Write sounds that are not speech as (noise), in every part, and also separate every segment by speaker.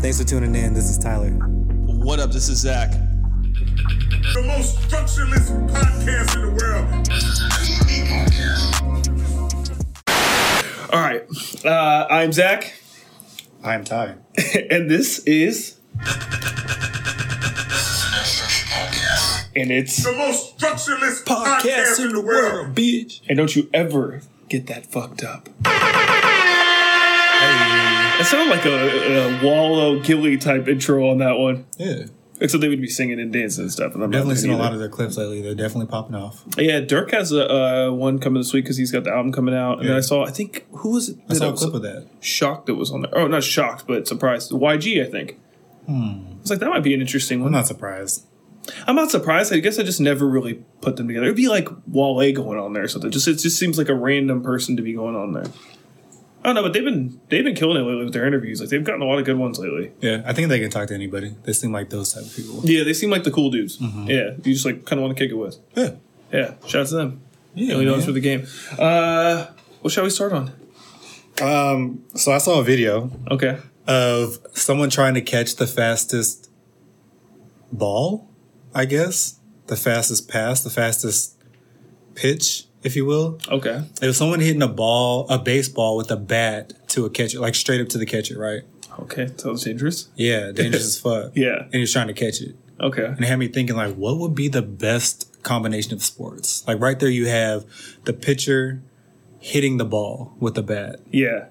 Speaker 1: Thanks for tuning in. This is Tyler.
Speaker 2: What up? This is Zach.
Speaker 3: The most structureless podcast in the world.
Speaker 4: All right. Uh, I'm Zach,
Speaker 5: I am Ty.
Speaker 4: (laughs) and this is. And it's.
Speaker 3: The most structureless podcast,
Speaker 2: Podcast
Speaker 3: in the world.
Speaker 2: bitch.
Speaker 4: And don't you ever get that fucked up. That sounded like a, a Wallow Gilly type intro on that one.
Speaker 5: Yeah.
Speaker 4: Except they would be singing and dancing and stuff. And I'm
Speaker 5: Definitely
Speaker 4: not
Speaker 5: seen a lot of their clips lately. They're definitely popping off.
Speaker 4: Yeah, Dirk has a uh, one coming this week because he's got the album coming out. And then
Speaker 5: Yeah.
Speaker 4: I saw, I think, who was it?
Speaker 5: I saw a clip of that.
Speaker 4: Shocked that was on there. Oh, not shocked, but surprised. YG, I think. Hmm. It's like that might be an interesting one.
Speaker 5: I'm not surprised.
Speaker 4: I'm not surprised. I guess I just never really put them together. It'd be like Wale going on there or something. Just it just seems like a random person to be going on there. I don't know, but they've been they've been killing it lately with their interviews. Like they've gotten a lot of good ones lately.
Speaker 5: Yeah, I think they can talk to anybody. They seem like those type of people.
Speaker 4: Yeah, they seem like the cool dudes.
Speaker 5: Mm-hmm.
Speaker 4: Yeah, you just like kind of want to kick it with.
Speaker 5: Yeah.
Speaker 4: Yeah, shout out to them.
Speaker 5: Yeah.
Speaker 4: They only know us
Speaker 5: man.
Speaker 4: for the game. Uh, what shall we start on?
Speaker 5: um, so I saw a video
Speaker 4: Okay,
Speaker 5: of someone trying to catch the fastest ball, I guess, the fastest pass, the fastest pitch, if you will.
Speaker 4: okay,
Speaker 5: It was someone hitting a ball, a baseball with a bat to a catcher, like straight up to the catcher, right?
Speaker 4: okay. Sounds dangerous.
Speaker 5: Yeah, dangerous as fuck.
Speaker 4: Yeah.
Speaker 5: And he was trying to catch it.
Speaker 4: Okay,
Speaker 5: and it had me thinking like what would be the best combination of sports like right there you have the pitcher hitting the ball with a bat
Speaker 4: yeah.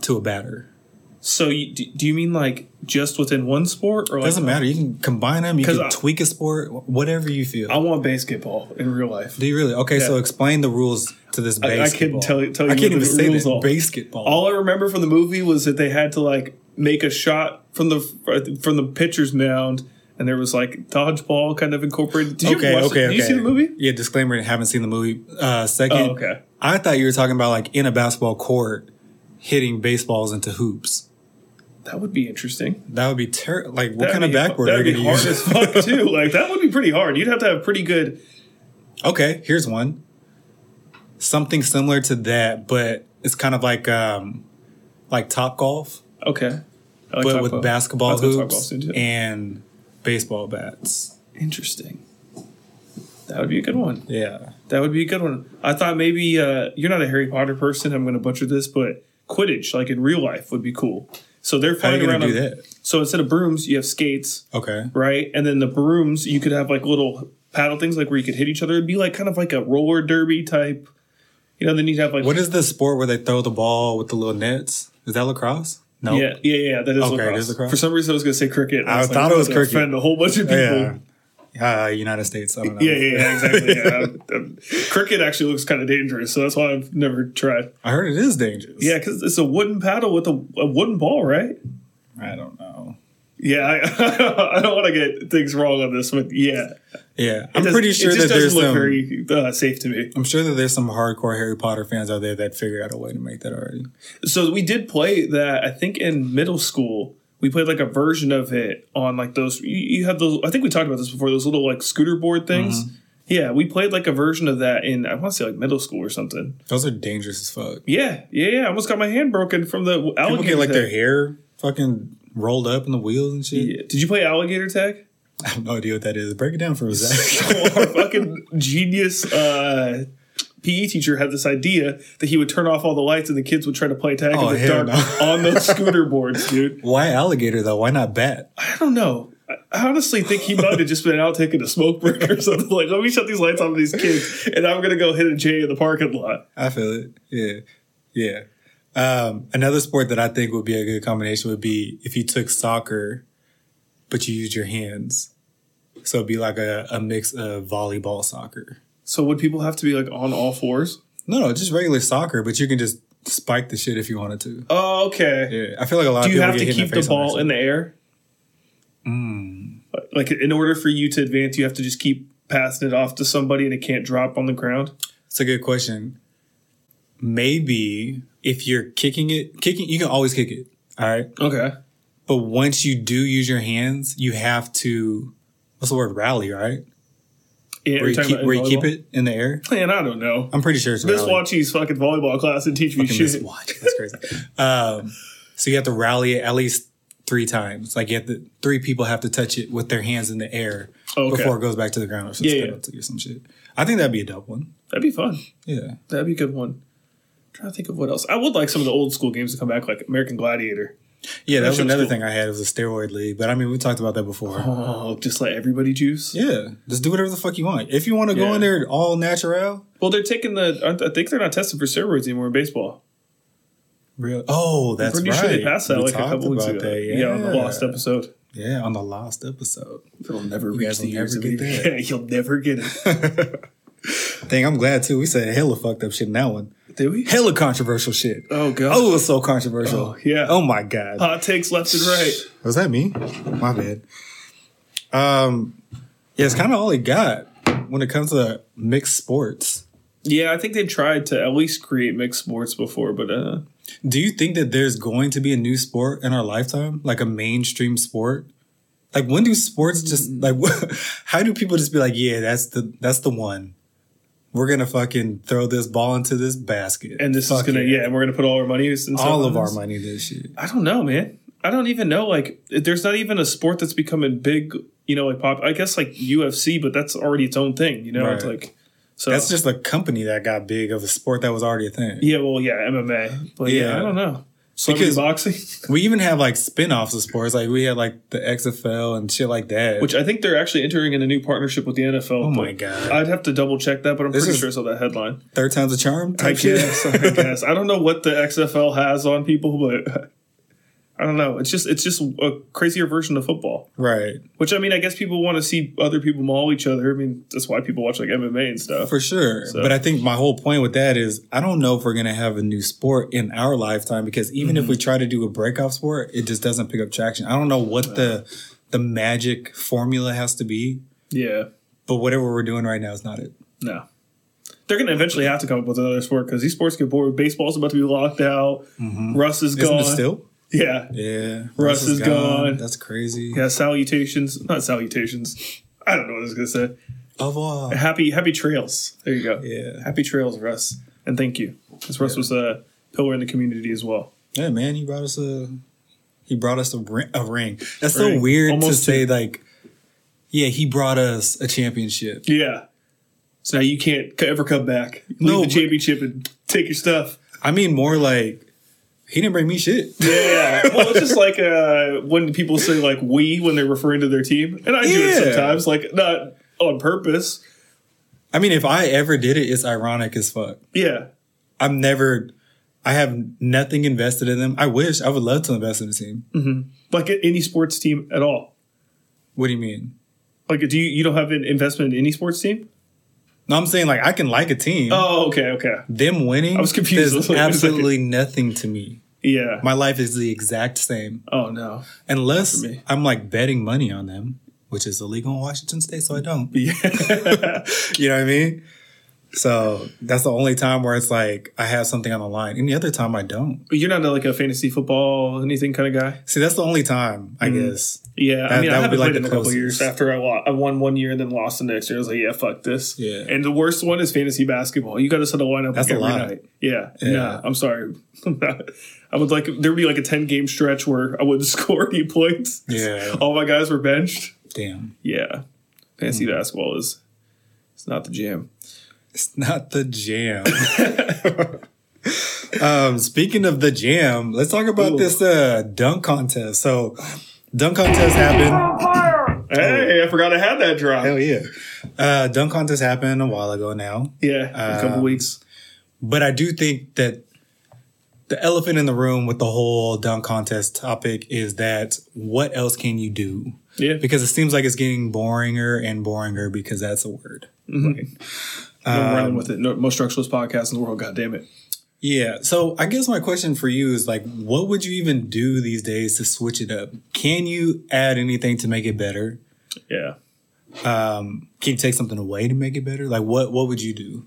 Speaker 5: to a batter
Speaker 4: So you, do, do you mean like just within one sport or like,
Speaker 5: doesn't matter you can combine them you
Speaker 4: 'Cause
Speaker 5: can
Speaker 4: I-
Speaker 5: tweak a sport wh- whatever you feel
Speaker 4: I want basketball in real life.
Speaker 5: do you really okay so
Speaker 4: Yeah.
Speaker 5: explain the rules to this
Speaker 4: I couldn't
Speaker 5: basketball
Speaker 4: tell you- tell you
Speaker 5: I can't
Speaker 4: what
Speaker 5: even
Speaker 4: the
Speaker 5: say
Speaker 4: rules
Speaker 5: that
Speaker 4: are.
Speaker 5: basketball
Speaker 4: All I remember from the movie was that they had to like make a shot from the from the pitcher's mound, and there was like dodgeball kind of incorporated. Did you
Speaker 5: okay
Speaker 4: watch it?
Speaker 5: okay
Speaker 4: Did
Speaker 5: okay
Speaker 4: you see the movie?
Speaker 5: yeah disclaimer I haven't seen the movie uh second
Speaker 4: Oh, okay.
Speaker 5: I thought you were talking about like in a basketball court hitting baseballs into hoops
Speaker 4: That would be interesting.
Speaker 5: that would be ter- like what
Speaker 4: That'd
Speaker 5: kind of
Speaker 4: be-
Speaker 5: backward are
Speaker 4: That'd
Speaker 5: you
Speaker 4: be
Speaker 5: gonna
Speaker 4: hard
Speaker 5: use?
Speaker 4: as fuck
Speaker 5: (laughs)
Speaker 4: too. Like that would be pretty hard. You'd have to have pretty good.
Speaker 5: Okay, here's one. Something similar to that, but it's kind of like um like top golf,
Speaker 4: Okay. I like
Speaker 5: but
Speaker 4: top
Speaker 5: with
Speaker 4: golf.
Speaker 5: basketball
Speaker 4: That's what top
Speaker 5: hoops
Speaker 4: golf's into.
Speaker 5: and baseball bats.
Speaker 4: interesting. That would be a good one.
Speaker 5: Yeah.
Speaker 4: That would be a good one. I thought maybe uh, you're not a Harry Potter person. I'm going to butcher this, but Quidditch, like in real life, would be cool. So they're
Speaker 5: How are
Speaker 4: flying
Speaker 5: you
Speaker 4: around.
Speaker 5: gonna do
Speaker 4: on-
Speaker 5: that?
Speaker 4: So instead of brooms, you have skates,
Speaker 5: Okay.
Speaker 4: right? And then the brooms, you could have like little paddle things, like where you could hit each other. It'd be like kind of like a roller derby type. You know, then you'd have like
Speaker 5: What is the sport where they throw the ball with the little nets? Is that lacrosse? No.
Speaker 4: yeah, yeah, yeah. That is
Speaker 5: Okay, it
Speaker 4: lacrosse.
Speaker 5: is lacrosse.
Speaker 4: For some reason, I was going to say cricket. and
Speaker 5: I
Speaker 4: like,
Speaker 5: thought
Speaker 4: I'm
Speaker 5: it was
Speaker 4: gonna
Speaker 5: cricket.
Speaker 4: Offend a whole bunch of people.
Speaker 5: Yeah. Uh, United States. I don't know.
Speaker 4: Yeah, yeah, yeah, exactly. Yeah. I'm- I'm- cricket actually looks kind of dangerous, so that's why I've never tried.
Speaker 5: I heard it is dangerous.
Speaker 4: Yeah, because it's a wooden paddle with a, a wooden ball, right?
Speaker 5: I don't know.
Speaker 4: Yeah, I, (laughs) I don't want to get things wrong on this, but yeah,
Speaker 5: Yeah. I'm
Speaker 4: It does-
Speaker 5: pretty sure
Speaker 4: it
Speaker 5: that
Speaker 4: just
Speaker 5: there's
Speaker 4: doesn't look
Speaker 5: some
Speaker 4: very uh, safe to me.
Speaker 5: I'm sure that there's some hardcore Harry Potter fans out there that figured out a way to make that already.
Speaker 4: So we did play that. I think in middle school we played like a version of it on like those. You, you have those. I think we talked about this before. Those little like scooter board things.
Speaker 5: Mm-hmm.
Speaker 4: Yeah, we played like a version of that in I want to say like middle school or something.
Speaker 5: Those are dangerous as fuck.
Speaker 4: Yeah, yeah, yeah. I almost got my hand broken from the
Speaker 5: People
Speaker 4: alligator.
Speaker 5: get like
Speaker 4: tag.
Speaker 5: their hair fucking rolled up in the wheels and shit.
Speaker 4: Yeah. Did you play alligator tag?
Speaker 5: (laughs) I have no idea what that is. Break it down for
Speaker 4: (laughs)
Speaker 5: us, Zach.
Speaker 4: our fucking genius uh, PE teacher had this idea that he would turn off all the lights and the kids would try to play tag
Speaker 5: Oh,
Speaker 4: in the
Speaker 5: hell
Speaker 4: dark
Speaker 5: no.
Speaker 4: on
Speaker 5: (laughs)
Speaker 4: those scooter boards, dude.
Speaker 5: Why alligator though? Why not bat?
Speaker 4: I don't know. I- I honestly think he might have just been out taking a smoke break or something. Like, let me shut these lights on to these kids, and I'm gonna go hit a J in the parking lot.
Speaker 5: I feel it. Yeah. Yeah. Um, another sport that I think would be a good combination would be if you took soccer, but you used your hands. So it'd be like a, a mix of volleyball soccer.
Speaker 4: So would people have to be like on all fours?
Speaker 5: No, no, just regular soccer, but you can just spike the shit if you wanted to.
Speaker 4: Oh, okay.
Speaker 5: Yeah. I feel like a lot
Speaker 4: Do
Speaker 5: of
Speaker 4: you
Speaker 5: people
Speaker 4: have
Speaker 5: get
Speaker 4: to
Speaker 5: hit in
Speaker 4: keep the
Speaker 5: face on Hmm.
Speaker 4: ball
Speaker 5: that
Speaker 4: in the air? Like, in order for you to advance, you have to just keep passing it off to somebody, and it can't drop on the ground.
Speaker 5: It's a good question. Maybe if you're kicking it, kicking, you can always kick it. All right.
Speaker 4: Okay.
Speaker 5: But once you do use your hands, you have to, what's the word? Rally, right?
Speaker 4: Yeah,
Speaker 5: Where you, keep, where you keep it in the air.
Speaker 4: Man, I don't know.
Speaker 5: I'm pretty sure it's
Speaker 4: Miss
Speaker 5: rally.
Speaker 4: Watchy's fucking volleyball class and teach me
Speaker 5: Fucking Miss
Speaker 4: shit.
Speaker 5: Watch. That's crazy. um, so you have to rally it at least three times. Like you have to, three people have to touch it with their hands in the air
Speaker 4: Okay.
Speaker 5: before it goes back to the ground or some
Speaker 4: Yeah, yeah.
Speaker 5: penalty or some shit. I think that'd be a dope one.
Speaker 4: That'd be fun.
Speaker 5: Yeah.
Speaker 4: That'd be a good one. trying to think of what else. I would like some of the old school games to come back, like American Gladiator.
Speaker 5: Yeah, that, was
Speaker 4: shit was
Speaker 5: another
Speaker 4: cool.
Speaker 5: thing I had was a steroid league. But I mean, we talked about that before.
Speaker 4: Oh, just let everybody juice.
Speaker 5: Yeah, just do whatever the fuck you want. If you want to go
Speaker 4: Yeah.
Speaker 5: in there all natural,
Speaker 4: Well, they're taking the. aren't- I think they're not testing for steroids anymore in baseball.
Speaker 5: real. Oh, that's
Speaker 4: Pretty
Speaker 5: right.
Speaker 4: sure they passed that
Speaker 5: We
Speaker 4: like a
Speaker 5: talked
Speaker 4: couple weeks
Speaker 5: about
Speaker 4: ago.
Speaker 5: that,
Speaker 4: yeah. on the last episode.
Speaker 5: Yeah, on the last episode. (laughs)
Speaker 4: It'll never
Speaker 5: reach guys the will years never of get
Speaker 4: yeah, (laughs)
Speaker 5: that.
Speaker 4: you'll never get it.
Speaker 5: (laughs) Dang, I'm glad too. We said hella fucked up shit in that one.
Speaker 4: Did we?
Speaker 5: Hella controversial shit.
Speaker 4: Oh god.
Speaker 5: Oh, it was so controversial.
Speaker 4: Oh, yeah.
Speaker 5: Oh my god.
Speaker 4: Hot takes left and right.
Speaker 5: Was that me? My bad. Um, yeah, it's kind of all it got when it comes to mixed sports.
Speaker 4: Yeah, I think they've tried to at least create mixed sports before, but uh,
Speaker 5: Do you think that there's going to be a new sport in our lifetime, like a mainstream sport? Like when do sports just
Speaker 4: Mm.
Speaker 5: like (laughs) how do people just be like, yeah, that's the that's the one. We're gonna fucking throw this ball into this basket,
Speaker 4: and this
Speaker 5: Fuck
Speaker 4: is gonna yeah. Uh, and we're gonna put all our money into
Speaker 5: all of
Speaker 4: this.
Speaker 5: our money in this shit.
Speaker 4: I don't know, man. I don't even know. Like, there's not even a sport that's becoming big. You know, like pop. I guess like UFC, but that's already its own thing. You know, it's
Speaker 5: Right.
Speaker 4: like so.
Speaker 5: That's just a company that got big of a sport that was already a thing.
Speaker 4: yeah. Well, yeah, MMA. But yeah,
Speaker 5: Yeah.
Speaker 4: I don't know. Celebrity
Speaker 5: Because-
Speaker 4: boxing, (laughs)
Speaker 5: We even have like spin-offs of sports, like we had like the XFL and shit like that.
Speaker 4: which I think they're actually entering in a new partnership with the NFL.
Speaker 5: oh my
Speaker 4: but
Speaker 5: god,
Speaker 4: I'd have to double check that, but I'm
Speaker 5: This
Speaker 4: pretty
Speaker 5: is-
Speaker 4: sure I saw that
Speaker 5: (laughs)
Speaker 4: headline.
Speaker 5: third time's a charm
Speaker 4: I
Speaker 5: type
Speaker 4: (laughs)
Speaker 5: shit.
Speaker 4: guess, I guess. I don't know what the XFL has on people, but (laughs) I don't know. It's just it's just a crazier version of football.
Speaker 5: (laughs) right,
Speaker 4: Which I mean, I guess people want to see other people maul each other. I mean, that's why people watch like MMA and stuff.
Speaker 5: For sure.
Speaker 4: So-
Speaker 5: But I think my whole point with that is I don't know if we're going to have a new sport in our lifetime because even if we
Speaker 4: Mm-hmm.
Speaker 5: try to do a breakoff sport, it just doesn't pick up traction. I don't know what the the magic formula has to be,
Speaker 4: Yeah,
Speaker 5: but whatever we're doing right now is not it.
Speaker 4: no, they're going to eventually have to come up with another sport because these sports get bored. Baseball's about to be locked out. Russ is
Speaker 5: Mm-hmm. Isn't
Speaker 4: gone.
Speaker 5: it still?
Speaker 4: yeah,
Speaker 5: Yeah.
Speaker 4: Russ is gone.
Speaker 5: That's crazy.
Speaker 4: yeah. Salutations, not salutations. I don't know what I was going to say.
Speaker 5: Au revoir.
Speaker 4: Happy, happy trails. There you go.
Speaker 5: Yeah.
Speaker 4: happy trails, Russ, and thank you. Because Russ was a pillar in the community as well.
Speaker 5: Yeah, man, he brought us a he brought us a ring. A ring. That's so
Speaker 4: Ring.
Speaker 5: weird to
Speaker 4: Almost
Speaker 5: say like yeah, he brought us a championship.
Speaker 4: Yeah. So now you can't c- ever come back. Leave
Speaker 5: No,
Speaker 4: the
Speaker 5: but-
Speaker 4: championship and take your stuff.
Speaker 5: I mean more like he didn't bring me shit.
Speaker 4: Yeah. Well, it's just like uh, when people say like we when they're referring to their team, and I do it
Speaker 5: Yeah.
Speaker 4: sometimes, like not on purpose.
Speaker 5: I mean, if I ever did it, it's ironic as fuck.
Speaker 4: Yeah.
Speaker 5: I'm never, I have nothing invested in them. I wish I would love to invest in the team.
Speaker 4: Like at any sports team at all.
Speaker 5: What do you mean?
Speaker 4: Like, do you you don't have an investment in any sports team?
Speaker 5: No, I'm saying like I can like a team.
Speaker 4: Oh, okay, okay,
Speaker 5: them winning,
Speaker 4: I was confused. (laughs)
Speaker 5: There's
Speaker 4: Wait a
Speaker 5: absolutely nothing to me.
Speaker 4: yeah.
Speaker 5: My life is the exact same,
Speaker 4: Oh no, (laughs)
Speaker 5: unless
Speaker 4: For me.
Speaker 5: I'm like betting money on them, which is illegal in Washington State, so I don't.
Speaker 4: yeah,
Speaker 5: You know what I mean? So that's the only time where it's like I have something on the line. Any other time, I don't.
Speaker 4: you're not like a fantasy football anything kind of guy.
Speaker 5: See, that's the only time I
Speaker 4: Mm.
Speaker 5: guess.
Speaker 4: Yeah, I
Speaker 5: That-
Speaker 4: mean,
Speaker 5: that
Speaker 4: I
Speaker 5: would
Speaker 4: haven't
Speaker 5: be, like,
Speaker 4: played
Speaker 5: the
Speaker 4: in a couple
Speaker 5: closest.
Speaker 4: years after I, lo- I won one year and then lost the next year. I was like, yeah, fuck this.
Speaker 5: Yeah.
Speaker 4: And the worst one is fantasy basketball. You got to set a lineup
Speaker 5: That's
Speaker 4: like,
Speaker 5: a
Speaker 4: every
Speaker 5: lot.
Speaker 4: night. Yeah.
Speaker 5: Yeah.
Speaker 4: Nah, I'm sorry. (laughs) I would like there would be like a ten game stretch where I wouldn't (laughs) score any points.
Speaker 5: Yeah.
Speaker 4: All my guys were benched.
Speaker 5: Damn.
Speaker 4: Yeah. Fantasy
Speaker 5: Hmm.
Speaker 4: basketball is it's not the jam.
Speaker 5: It's not the jam. um, speaking of the jam, let's talk about
Speaker 4: Ooh.
Speaker 5: this uh, dunk contest. So, dunk contest happened.
Speaker 4: Hey, I forgot I had that drop.
Speaker 5: Oh. Hell yeah. Uh, dunk contest happened a while ago now.
Speaker 4: Yeah. a couple
Speaker 5: Um,
Speaker 4: weeks.
Speaker 5: But I do think that the elephant in the room with the whole dunk contest topic is that what else can you do?
Speaker 4: Yeah.
Speaker 5: Because it seems like it's getting boringer and boringer because that's a word. um,
Speaker 4: I'm running with it. No, most structuralist podcast in the world. God damn it.
Speaker 5: Yeah. So I guess my question for you is like, what would you even do these days to switch it up? Can you add anything to make it better?
Speaker 4: Yeah.
Speaker 5: Can you take something away to make it better? Like, what what would you do?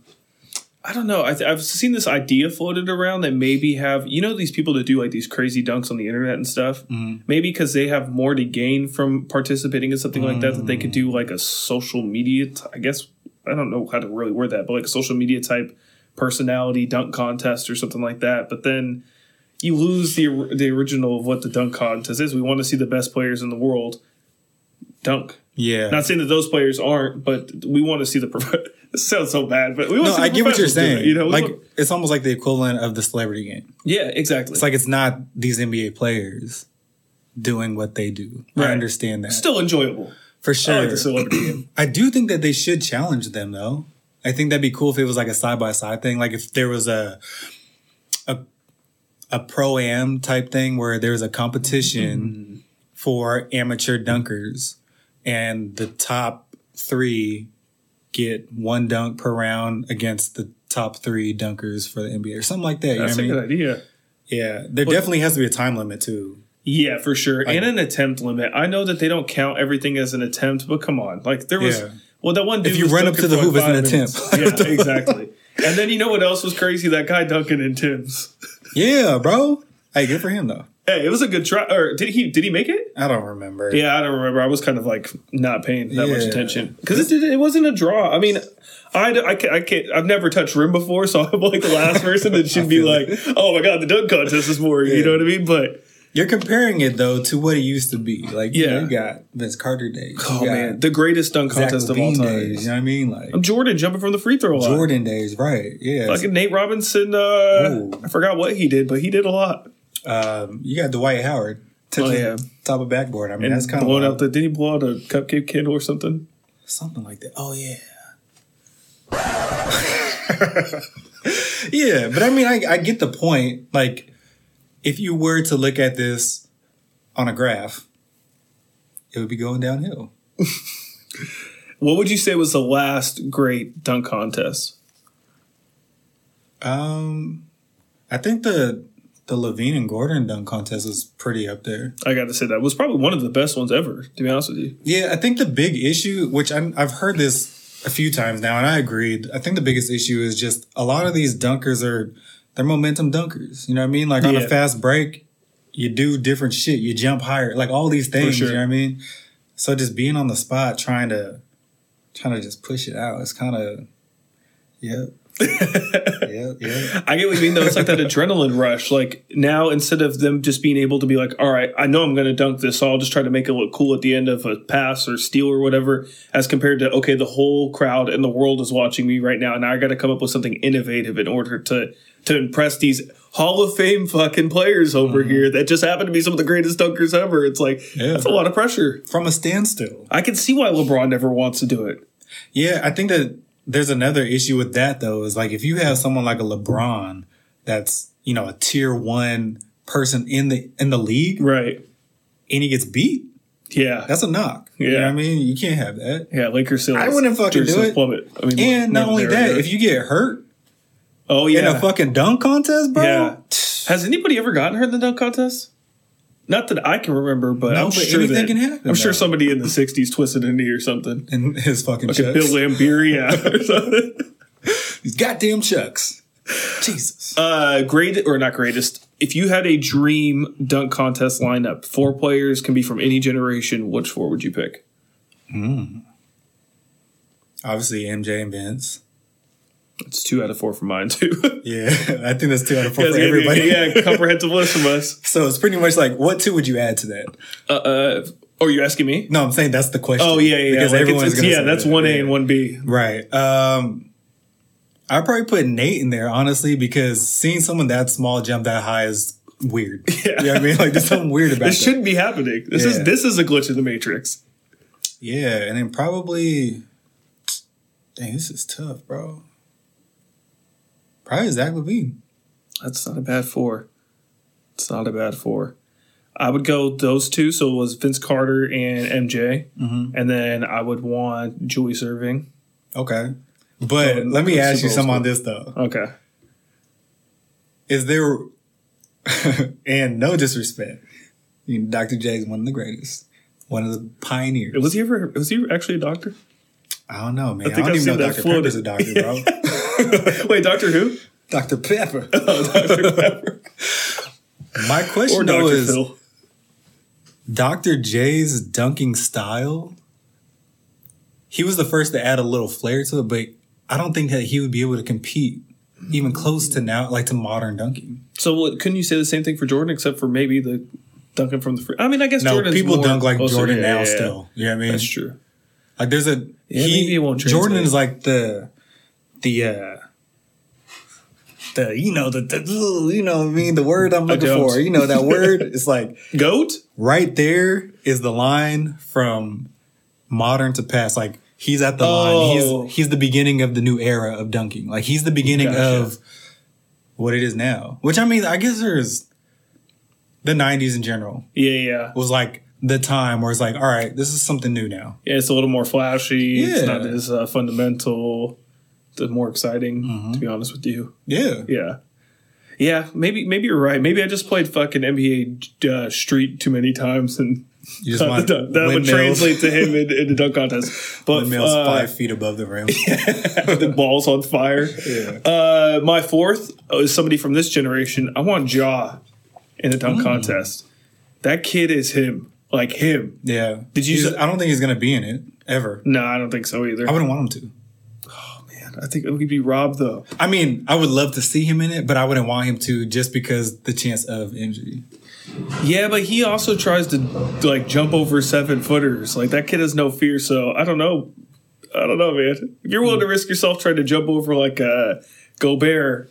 Speaker 4: I don't know. I th- I've seen this idea floated around that maybe have you know these people that do like these crazy dunks on the internet and stuff. Maybe because they have more to gain from participating in something like that that they could do like a social media. T- I guess I don't know how to really word that, but like a social media type personality dunk contest or something like that. But then you lose the the original of what the dunk contest is. We want to see the best players in the world dunk.
Speaker 5: Yeah.
Speaker 4: Not saying that those players aren't, but we want to see the. (laughs) Prof- this sounds so bad, but we want
Speaker 5: no,
Speaker 4: to see
Speaker 5: I
Speaker 4: the
Speaker 5: get what you're
Speaker 4: professionals do it,
Speaker 5: saying.
Speaker 4: you know, we
Speaker 5: like
Speaker 4: want-
Speaker 5: it's almost like the equivalent of the celebrity game.
Speaker 4: yeah, exactly.
Speaker 5: It's like it's not these NBA players doing what they do.
Speaker 4: Right.
Speaker 5: I understand that
Speaker 4: still enjoyable.
Speaker 5: for
Speaker 4: I
Speaker 5: sure.
Speaker 4: like the celebrity game.
Speaker 5: I do think that they should challenge them though. I think that'd be cool if it was like a side by side thing. Like if there was a a a pro am type thing where there was a
Speaker 4: Mm-hmm.
Speaker 5: competition for amateur dunkers and the top three get one dunk per round against the top three dunkers for the NBA or something like that. You know
Speaker 4: That's
Speaker 5: what (clears throat) I
Speaker 4: a
Speaker 5: mean?
Speaker 4: good idea.
Speaker 5: Yeah. There definitely has to be a time limit too.
Speaker 4: Yeah, for sure. and an attempt limit. I know that they don't count everything as an attempt, but come on. Like there was
Speaker 5: Yeah.
Speaker 4: well that one dude
Speaker 5: If you
Speaker 4: was
Speaker 5: run up
Speaker 4: dunking
Speaker 5: to the
Speaker 4: for,
Speaker 5: hoop,
Speaker 4: like, five
Speaker 5: it's an
Speaker 4: minutes.
Speaker 5: attempt. What the (laughs)
Speaker 4: yeah,
Speaker 5: fuck?
Speaker 4: exactly. And then you know what else was crazy? That guy dunking in Tim's.
Speaker 5: Yeah, bro. Hey, good for him though.
Speaker 4: Hey, it was a good try. Or did he did he make it?
Speaker 5: I don't remember.
Speaker 4: Yeah, I don't remember. I was kind of like not paying that much
Speaker 5: Yeah.
Speaker 4: attention because it did, it wasn't a draw. I mean, I, d- I can't, I can't I've never touched rim before, so (laughs) I'm like the last person that
Speaker 5: (laughs)
Speaker 4: should be
Speaker 5: feel
Speaker 4: like, oh my god, the dunk contest is boring. You
Speaker 5: Yeah.
Speaker 4: know what I mean? But
Speaker 5: You're comparing it though to what it used to be. Like
Speaker 4: Yeah.
Speaker 5: you got Vince Carter days.
Speaker 4: oh
Speaker 5: you got
Speaker 4: man, the greatest dunk
Speaker 5: Zach
Speaker 4: contest
Speaker 5: Levine
Speaker 4: of all time.
Speaker 5: days. You know what I mean? Like
Speaker 4: Jordan jumping from the free throw line.
Speaker 5: Jordan days, right? Yeah.
Speaker 4: Fucking Nate Robinson. Uh,
Speaker 5: Ooh.
Speaker 4: I forgot what he did, but he did a lot.
Speaker 5: Um, you got Dwight Howard. To
Speaker 4: Oh,
Speaker 5: the
Speaker 4: yeah.
Speaker 5: Top of backboard. I mean,
Speaker 4: And
Speaker 5: that's kind
Speaker 4: blowing
Speaker 5: of
Speaker 4: out the. Did he blow out a cupcake kid or something?
Speaker 5: something like that. Oh yeah. (laughs) yeah, but I mean, I, I get the point. Like, if you were to look at this on a graph, it would be going downhill.
Speaker 4: What would you say was the last great dunk contest?
Speaker 5: Um, I think the the Levine and Gordon dunk contest was pretty up there.
Speaker 4: I got to say that was probably one of the best ones ever. To be honest with you,
Speaker 5: Yeah, I think the big issue, which I'm, I've heard this a few times now, and I agreed. I think the biggest issue is just a lot of these dunkers are they're momentum dunkers. You know what I mean? Like on
Speaker 4: Yeah.
Speaker 5: a fast break, you do different shit. You jump higher, like all these things.
Speaker 4: sure.
Speaker 5: You know what I mean? So just being on the spot, trying to trying to just push it out. It's kind of yep,
Speaker 4: (laughs)
Speaker 5: yep, yep.
Speaker 4: I get what you mean. Though it's like that adrenaline rush. Like now, instead of them just being able to be like, "All right, I know I'm going to dunk this, so I'll just try to make it look cool at the end of a pass or steal or whatever," as compared to, "Okay, the whole crowd and the world is watching me right now, and I got to come up with something innovative in order to to impress these." Hall of Fame fucking players over here that just happen to be some of the greatest dunkers ever. It's like
Speaker 5: Mm-hmm. Yeah.
Speaker 4: that's a lot of pressure.
Speaker 5: From a standstill.
Speaker 4: I can see why LeBron never wants to do it.
Speaker 5: Yeah, I think that there's another issue with that though, is like if you have someone like a LeBron that's, you know, a tier one person in the in the league
Speaker 4: Right.
Speaker 5: and he gets beat,
Speaker 4: Yeah.
Speaker 5: that's a knock. You know
Speaker 4: Yeah.
Speaker 5: what I mean? You can't have that.
Speaker 4: Yeah, Lakers still.
Speaker 5: I wouldn't fucking do it.
Speaker 4: Plummet. I mean,
Speaker 5: And not
Speaker 4: no,
Speaker 5: only
Speaker 4: they're-
Speaker 5: that,
Speaker 4: they're-
Speaker 5: if you get hurt
Speaker 4: oh yeah,
Speaker 5: in a fucking dunk contest, bro.
Speaker 4: yeah. Has anybody ever gotten hurt in the dunk contest? Not that I can remember, but
Speaker 5: No,
Speaker 4: I'm
Speaker 5: but
Speaker 4: sure
Speaker 5: anything
Speaker 4: that-
Speaker 5: can happen,
Speaker 4: I'm sure
Speaker 5: though.
Speaker 4: somebody in the '60s twisted a knee or something.
Speaker 5: And his fucking
Speaker 4: Like a
Speaker 5: chucks.
Speaker 4: Bill Lambier, yeah,
Speaker 5: (laughs)
Speaker 4: or something.
Speaker 5: These goddamn chucks. Jesus.
Speaker 4: Uh, great or not greatest? If you had a dream dunk contest lineup, four players can be from any generation. Which four would you pick?
Speaker 5: Obviously MJ and Vince.
Speaker 4: It's two out of four for mine too. (laughs)
Speaker 5: Yeah. (laughs) I think that's two out of four
Speaker 4: Guys,
Speaker 5: for
Speaker 4: give me a-
Speaker 5: everybody.
Speaker 4: yeah, comprehensive list from us.
Speaker 5: (laughs) So it's pretty much like what two would you add to that?
Speaker 4: Uh, uh, oh, you're asking me?
Speaker 5: No, I'm saying that's the question.
Speaker 4: Oh yeah, yeah, yeah.
Speaker 5: Because
Speaker 4: Like,
Speaker 5: everyone's
Speaker 4: it's- it's-
Speaker 5: gonna
Speaker 4: yeah.
Speaker 5: say
Speaker 4: That's
Speaker 5: that.
Speaker 4: one
Speaker 5: Yeah.
Speaker 4: A and one B.
Speaker 5: Right. Um I probably put Nate in there, honestly, because seeing someone that small jump that high is
Speaker 4: (laughs)
Speaker 5: weird. Yeah. You know what I mean? Like there's something weird about
Speaker 4: This
Speaker 5: it.
Speaker 4: shouldn't be happening. This is
Speaker 5: Yeah.
Speaker 4: this is a glitch in the matrix.
Speaker 5: yeah, and then probably Dang, this is tough, bro. Probably Zach Levine.
Speaker 4: That's not a bad four. It's not a bad four. I would go those two. So it was Vince Carter and MJ,
Speaker 5: Mm-hmm.
Speaker 4: and then I would want Julie Serving.
Speaker 5: Okay. But
Speaker 4: Um,
Speaker 5: let me
Speaker 4: that's
Speaker 5: ask you
Speaker 4: super old
Speaker 5: something on
Speaker 4: school.
Speaker 5: this though.
Speaker 4: Okay.
Speaker 5: Is there (laughs) and no disrespect. You know, Dr. J is one of the greatest. One of the pioneers.
Speaker 4: Was he ever? Was he actually a doctor?
Speaker 5: I don't know, man. I,
Speaker 4: think
Speaker 5: don't
Speaker 4: I've
Speaker 5: even
Speaker 4: seen
Speaker 5: know
Speaker 4: that
Speaker 5: Dr.
Speaker 4: floated.
Speaker 5: Pepper's a doctor, bro.
Speaker 4: (laughs) Wait, Doctor
Speaker 5: (laughs)
Speaker 4: Who?
Speaker 5: Dr. Pepper.
Speaker 4: Dr. Pepper
Speaker 5: (laughs) My
Speaker 4: or
Speaker 5: question though
Speaker 4: Doctor
Speaker 5: is
Speaker 4: Phil?
Speaker 5: Dr. J's dunking style. He was the first to add a little flair to it, but I don't think that he would be able to compete even close to now, like to modern dunking.
Speaker 4: So what, couldn't you say the same thing for Jordan, except for maybe the dunking from the free? I mean, I guess
Speaker 5: No,
Speaker 4: Jordan's
Speaker 5: people
Speaker 4: more-
Speaker 5: dunk like
Speaker 4: oh, so
Speaker 5: Jordan
Speaker 4: yeah,
Speaker 5: now
Speaker 4: yeah, yeah.
Speaker 5: still. You know what I mean?
Speaker 4: That's true.
Speaker 5: Like there's a
Speaker 4: Yeah, maybe it won't
Speaker 5: Jordan
Speaker 4: translate.
Speaker 5: is like the the uh the you know the, the you know what I mean the word I'm looking
Speaker 4: don't.
Speaker 5: for. You know that
Speaker 4: (laughs)
Speaker 5: word it's like
Speaker 4: Goat.
Speaker 5: right there is the line from modern to past. Like he's at the
Speaker 4: Oh.
Speaker 5: line. He's he's the beginning of the new era of dunking. Like he's the beginning
Speaker 4: Gotcha.
Speaker 5: of what it is now. Which I mean, I guess there's the '90s in general
Speaker 4: Yeah, yeah.
Speaker 5: was like the time where it's like, all right, this is something new now.
Speaker 4: Yeah, it's a little more flashy. It's
Speaker 5: Yeah.
Speaker 4: not as uh, fundamental. It's more exciting,
Speaker 5: Mm-hmm.
Speaker 4: to be honest with you.
Speaker 5: Yeah,
Speaker 4: Yeah. Yeah, maybe maybe you're right. Maybe I just played fucking NBA uh, Street too many times, and
Speaker 5: you
Speaker 4: (laughs)
Speaker 5: just
Speaker 4: that
Speaker 5: want
Speaker 4: would
Speaker 5: windmills.
Speaker 4: translate to him in, in the dunk
Speaker 5: (laughs)
Speaker 4: contest. But
Speaker 5: Windmills
Speaker 4: uh,
Speaker 5: five feet above the
Speaker 4: (laughs)
Speaker 5: rim.
Speaker 4: the balls on fire.
Speaker 5: Yeah.
Speaker 4: Uh, my fourth is somebody from this generation. I want Jaw in the
Speaker 5: Mm.
Speaker 4: dunk contest. That kid is him, like him.
Speaker 5: yeah.
Speaker 4: Did you-
Speaker 5: He's- I don't think he's gonna be in it ever.
Speaker 4: No, I don't think so either.
Speaker 5: I wouldn't want him to.
Speaker 4: I think it could be Rob though.
Speaker 5: I mean, I would love to see him in it, but I wouldn't want him to just because the chance of injury.
Speaker 4: Yeah, but he also tries to like jump over seven footers. Like that kid has no fear. So I don't know. I don't know, man. If you're willing to risk yourself trying to jump over like uh, Gobert,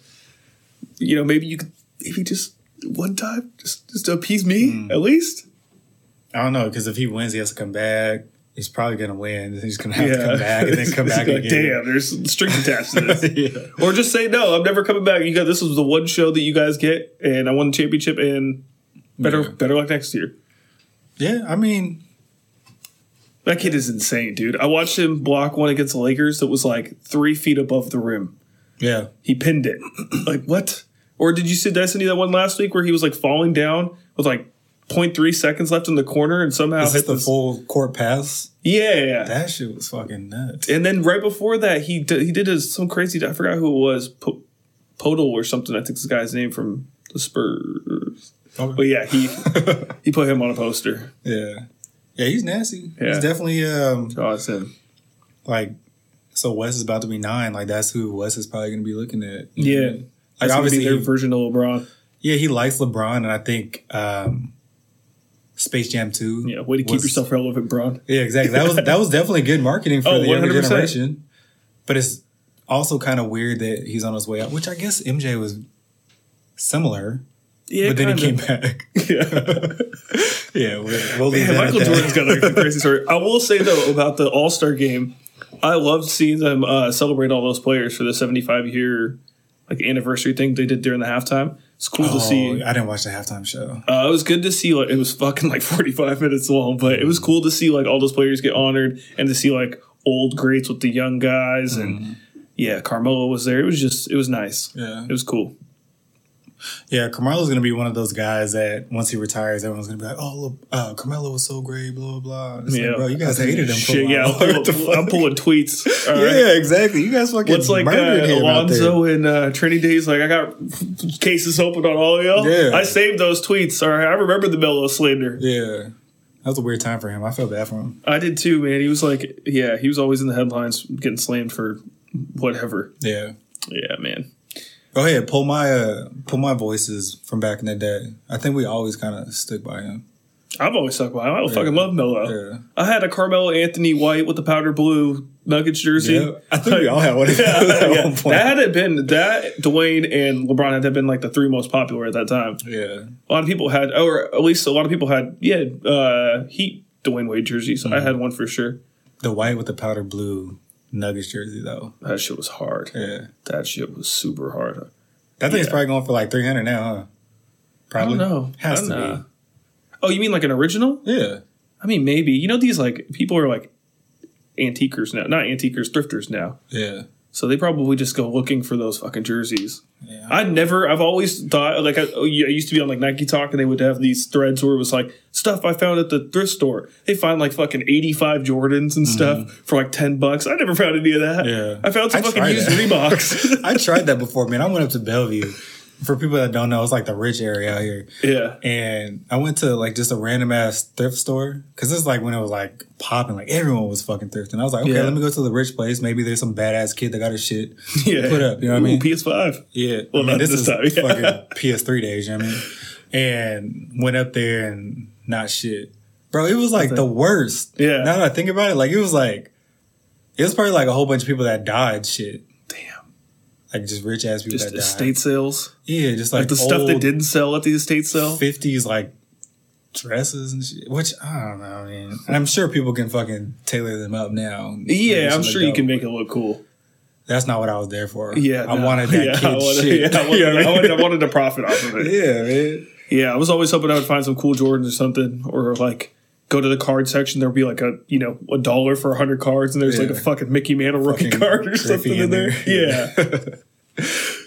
Speaker 4: you know, maybe you could maybe just one time just just to appease me
Speaker 5: Mm.
Speaker 4: at least.
Speaker 5: I don't know because if he wins, he has to come back. He's probably gonna win. He's gonna have to
Speaker 4: Yeah.
Speaker 5: come back and
Speaker 4: (laughs)
Speaker 5: then (laughs) come
Speaker 4: It's
Speaker 5: back
Speaker 4: like,
Speaker 5: again.
Speaker 4: Damn, there's strings attached to this.
Speaker 5: (laughs) yeah.
Speaker 4: Or just say no, I'm never coming back. You got this was the one show that you guys get, and I won the championship. And better,
Speaker 5: Yeah.
Speaker 4: better luck next year.
Speaker 5: yeah, I mean,
Speaker 4: That kid is insane, dude. I watched him block one against the Lakers that was like three feet above the rim.
Speaker 5: yeah,
Speaker 4: He pinned
Speaker 5: (clears throat)
Speaker 4: it. like what? Or did you see did I send you that one last week where he was like falling down with like 0.3 seconds left in the corner and somehow
Speaker 5: is this
Speaker 4: hit
Speaker 5: the
Speaker 4: this-
Speaker 5: full court pass?
Speaker 4: Yeah.
Speaker 5: That shit was fucking nuts.
Speaker 4: and then right before that, he did, he did his, some crazy. I forgot who it was, po- Podol or something. I think is the guy's name from the Spurs. But yeah,
Speaker 5: (laughs)
Speaker 4: he he put him on a poster.
Speaker 5: Yeah, yeah, he's nasty.
Speaker 4: Yeah.
Speaker 5: He's definitely um
Speaker 4: Oh, it's him.
Speaker 5: like. So Wes is about to be nine. Like that's who Wes is probably gonna be looking at.
Speaker 4: Yeah.
Speaker 5: like
Speaker 4: That's obviously
Speaker 5: obviously
Speaker 4: their
Speaker 5: he-
Speaker 4: version of LeBron.
Speaker 5: Yeah, he likes LeBron, and I think um, Space Jam Two.
Speaker 4: Yeah, way to keep
Speaker 5: was-
Speaker 4: yourself relevant, Bron.
Speaker 5: Yeah, exactly. That was that was definitely good marketing for
Speaker 4: (laughs) Oh,
Speaker 5: the younger
Speaker 4: 100%.
Speaker 5: generation. But it's also kind of weird that he's on his way out, which I guess MJ was similar,
Speaker 4: Yeah,
Speaker 5: but then he came
Speaker 4: kinda.
Speaker 5: back.
Speaker 4: (laughs) Yeah.
Speaker 5: (laughs) yeah, we'll, we'll leave
Speaker 4: Man,
Speaker 5: that
Speaker 4: Michael
Speaker 5: at that.
Speaker 4: Jordan's got like, a crazy story. I will say though about the All Star game, I loved seeing them uh, celebrate all those players for the 75 year like anniversary thing they did during the halftime. It's cool to see.
Speaker 5: Oh, I didn't watch the halftime show.
Speaker 4: Uh, it was good to see. Like, it was fucking like (laughs) forty five minutes long, but it was
Speaker 5: Mm.
Speaker 4: cool to see like all those players get honored and to see like old greats with the young guys
Speaker 5: Mm.
Speaker 4: and yeah, Carmelo was there. It was just it was nice.
Speaker 5: Yeah,
Speaker 4: It was cool.
Speaker 5: yeah. Carmelo's gonna be one of those guys that once he retires, everyone's gonna be like, "Oh, look, uh, Carmelo was so great." Blah blah blah. It's like,
Speaker 4: yeah,
Speaker 5: bro, you guys hated him. For a
Speaker 4: Shit,
Speaker 5: while. (laughs)
Speaker 4: yeah, I'm
Speaker 5: What the
Speaker 4: pulling, I'm
Speaker 5: fuck?
Speaker 4: pulling tweets. all right?
Speaker 5: (laughs) Yeah, exactly. You guys fucking
Speaker 4: What's like
Speaker 5: murdered
Speaker 4: uh,
Speaker 5: him out there.
Speaker 4: Alonzo and uh, Trinity Days? Like I got cases open on all of y'all.
Speaker 5: Yeah.
Speaker 4: I saved those tweets. All right, I remember the Melo slander.
Speaker 5: Yeah. That was a weird time for him. I feel bad for him.
Speaker 4: I did too, man. He was like, yeah, he was always in the headlines getting slammed for whatever.
Speaker 5: Yeah.
Speaker 4: Yeah, man.
Speaker 5: Go ahead, pull my uh, pull my voices from back in the day. I think we always kind of stick by him.
Speaker 4: I've always talked about him. I fucking love Melo.
Speaker 5: Yeah,
Speaker 4: I had a Carmelo Anthony White with the powder blue Nuggets jersey.
Speaker 5: yeah. I think we all had
Speaker 4: (laughs)
Speaker 5: one of those at
Speaker 4: Yeah,
Speaker 5: one point.
Speaker 4: that had it been that Dwayne and LeBron had to have been like the three most popular at that time.
Speaker 5: yeah,
Speaker 4: a lot of people had, or at least a lot of people had, yeah, uh, Heat Dwayne Wade jerseys. I had one for sure.
Speaker 5: the white with the powder blue Nuggets jersey though.
Speaker 4: That shit was hard.
Speaker 5: Yeah,
Speaker 4: That shit was super hard.
Speaker 5: that thing's
Speaker 4: Yeah.
Speaker 5: probably going for like three hundred now, huh?
Speaker 4: I
Speaker 5: Probably
Speaker 4: don't know.
Speaker 5: has
Speaker 4: I
Speaker 5: to
Speaker 4: don't know. Oh, you mean like an original?
Speaker 5: be. Yeah,
Speaker 4: I mean, maybe. You know, these like people are like antiquers now, not antiquers, thrifters now.
Speaker 5: yeah,
Speaker 4: So they probably just go looking for those fucking jerseys.
Speaker 5: yeah.
Speaker 4: I never, I've always thought, like, I, oh, I used to be on like Nike Talk and they would have these threads where it was like stuff I found at the thrift store. They find like fucking 85 Jordans and stuff for like 10 bucks. I never found any of that.
Speaker 5: Mm-hmm. Yeah.
Speaker 4: I found some
Speaker 5: I
Speaker 4: fucking
Speaker 5: tried
Speaker 4: used
Speaker 5: (laughs) that.
Speaker 4: Reeboks.
Speaker 5: I tried that before, man. I went up to Bellevue for people that don't know, it's like the rich area out here.
Speaker 4: Yeah.
Speaker 5: And I went to like just a random ass thrift store because it's like when it was like popping, like everyone was fucking thrifting. I was like, okay,
Speaker 4: Yeah.
Speaker 5: let me go to the rich place. Maybe there's some badass kid that got his shit.
Speaker 4: (laughs) Yeah.
Speaker 5: Put up, you know what I
Speaker 4: Ooh,
Speaker 5: mean?
Speaker 4: PS5.
Speaker 5: Yeah.
Speaker 4: Well,
Speaker 5: I
Speaker 4: not
Speaker 5: mean,
Speaker 4: this time, yeah. (laughs)
Speaker 5: fucking PS3 days, you know what I mean? And went up there and not shit. Bro, it was like the worst.
Speaker 4: Yeah.
Speaker 5: Now that I think about it, like it was like, it was probably like a whole bunch of people that died shit.
Speaker 4: Damn.
Speaker 5: Like just rich ass people
Speaker 4: Just
Speaker 5: that died.
Speaker 4: estate sales.
Speaker 5: Yeah, just like,
Speaker 4: Like the stuff they
Speaker 5: old
Speaker 4: didn't sell at the estate sale.
Speaker 5: 50s like dresses and shit, which I don't know, man. And I'm sure people can fucking tailor them up now.
Speaker 4: Yeah, I'm sure you can
Speaker 5: Make-
Speaker 4: make it look cool.
Speaker 5: that's not what I was there for.
Speaker 4: Yeah,
Speaker 5: I
Speaker 4: no.
Speaker 5: wanted
Speaker 4: (laughs)
Speaker 5: that
Speaker 4: Yeah,
Speaker 5: kid
Speaker 4: I wanted,
Speaker 5: shit.
Speaker 4: Yeah, I wanted,
Speaker 5: (laughs) You know what
Speaker 4: I,
Speaker 5: I mean?
Speaker 4: wanted, I wanted to profit off of it.
Speaker 5: yeah, man.
Speaker 4: Yeah, I was always hoping I would find some cool Jordans or something, or like go to the card section. There'd be like a you know a dollar for a hundred cards, and there's like a
Speaker 5: Yeah.
Speaker 4: fucking Mickey Mantle rookie
Speaker 5: Fucking
Speaker 4: card or
Speaker 5: Griffey
Speaker 4: something in
Speaker 5: in
Speaker 4: there.
Speaker 5: there.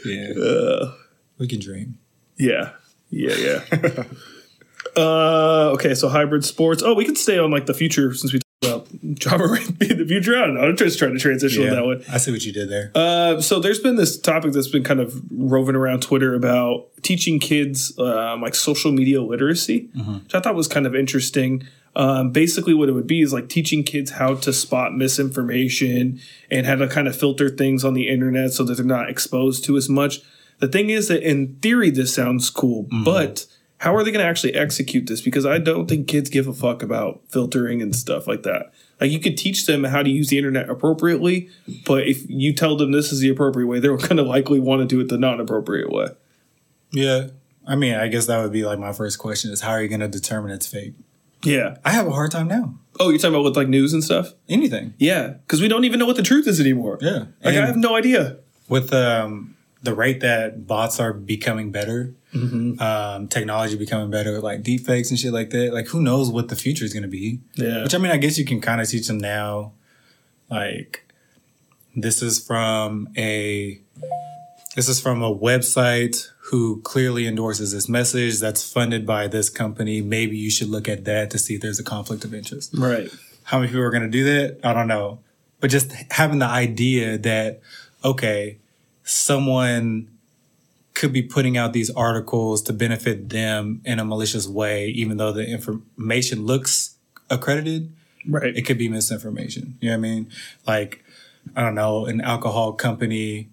Speaker 4: Yeah,
Speaker 5: Yeah.
Speaker 4: Uh,
Speaker 5: we can dream.
Speaker 4: yeah, (laughs) yeah, yeah. (laughs) uh, okay, so hybrid sports. Oh, we could stay on like the future since we talked about John (laughs) Morant being the future. I don't know. I'm just trying to transition on that one.
Speaker 5: I see what you did there.
Speaker 4: Uh, so there's been this topic that's been kind of roving around Twitter about teaching kids um, like social media literacy, which I thought was kind of interesting. Um, basically, what it would be is like teaching kids how to spot misinformation and how to kind of filter things on the internet so that they're not exposed to as much. The thing is that in theory, this sounds cool, but how are they going to actually execute this? Because I don't think kids give a fuck about filtering and stuff like that. Like you could teach them how to use the internet appropriately, but if you tell them this is the appropriate way, they're going to likely want to do it the non-appropriate way.
Speaker 5: yeah. I mean, I guess that would be like my first question is how are you going to determine it's fake?
Speaker 4: Yeah.
Speaker 5: I have a hard time now.
Speaker 4: Oh, you're talking about with like news and stuff?
Speaker 5: Anything.
Speaker 4: Yeah, because we don't even know what the truth is anymore.
Speaker 5: Yeah.
Speaker 4: Like I
Speaker 5: And-
Speaker 4: have no idea.
Speaker 5: with um, the rate that bots are becoming better, um, technology becoming better with like deepfakes and shit like that, like who knows what the future is going to be?
Speaker 4: Yeah.
Speaker 5: Which I mean, I guess you can kind of teach them now. Like, this is from a this is from a website who clearly endorses this message that's funded by this company. Maybe you should look at that to see if there's a conflict of interest
Speaker 4: Right.
Speaker 5: how many people are going to do that i don't know but just having the idea that okay someone could be putting out these articles to benefit them in a malicious way even though the information looks accredited
Speaker 4: Right.
Speaker 5: it could be misinformation you know what i mean like i don't know an alcohol company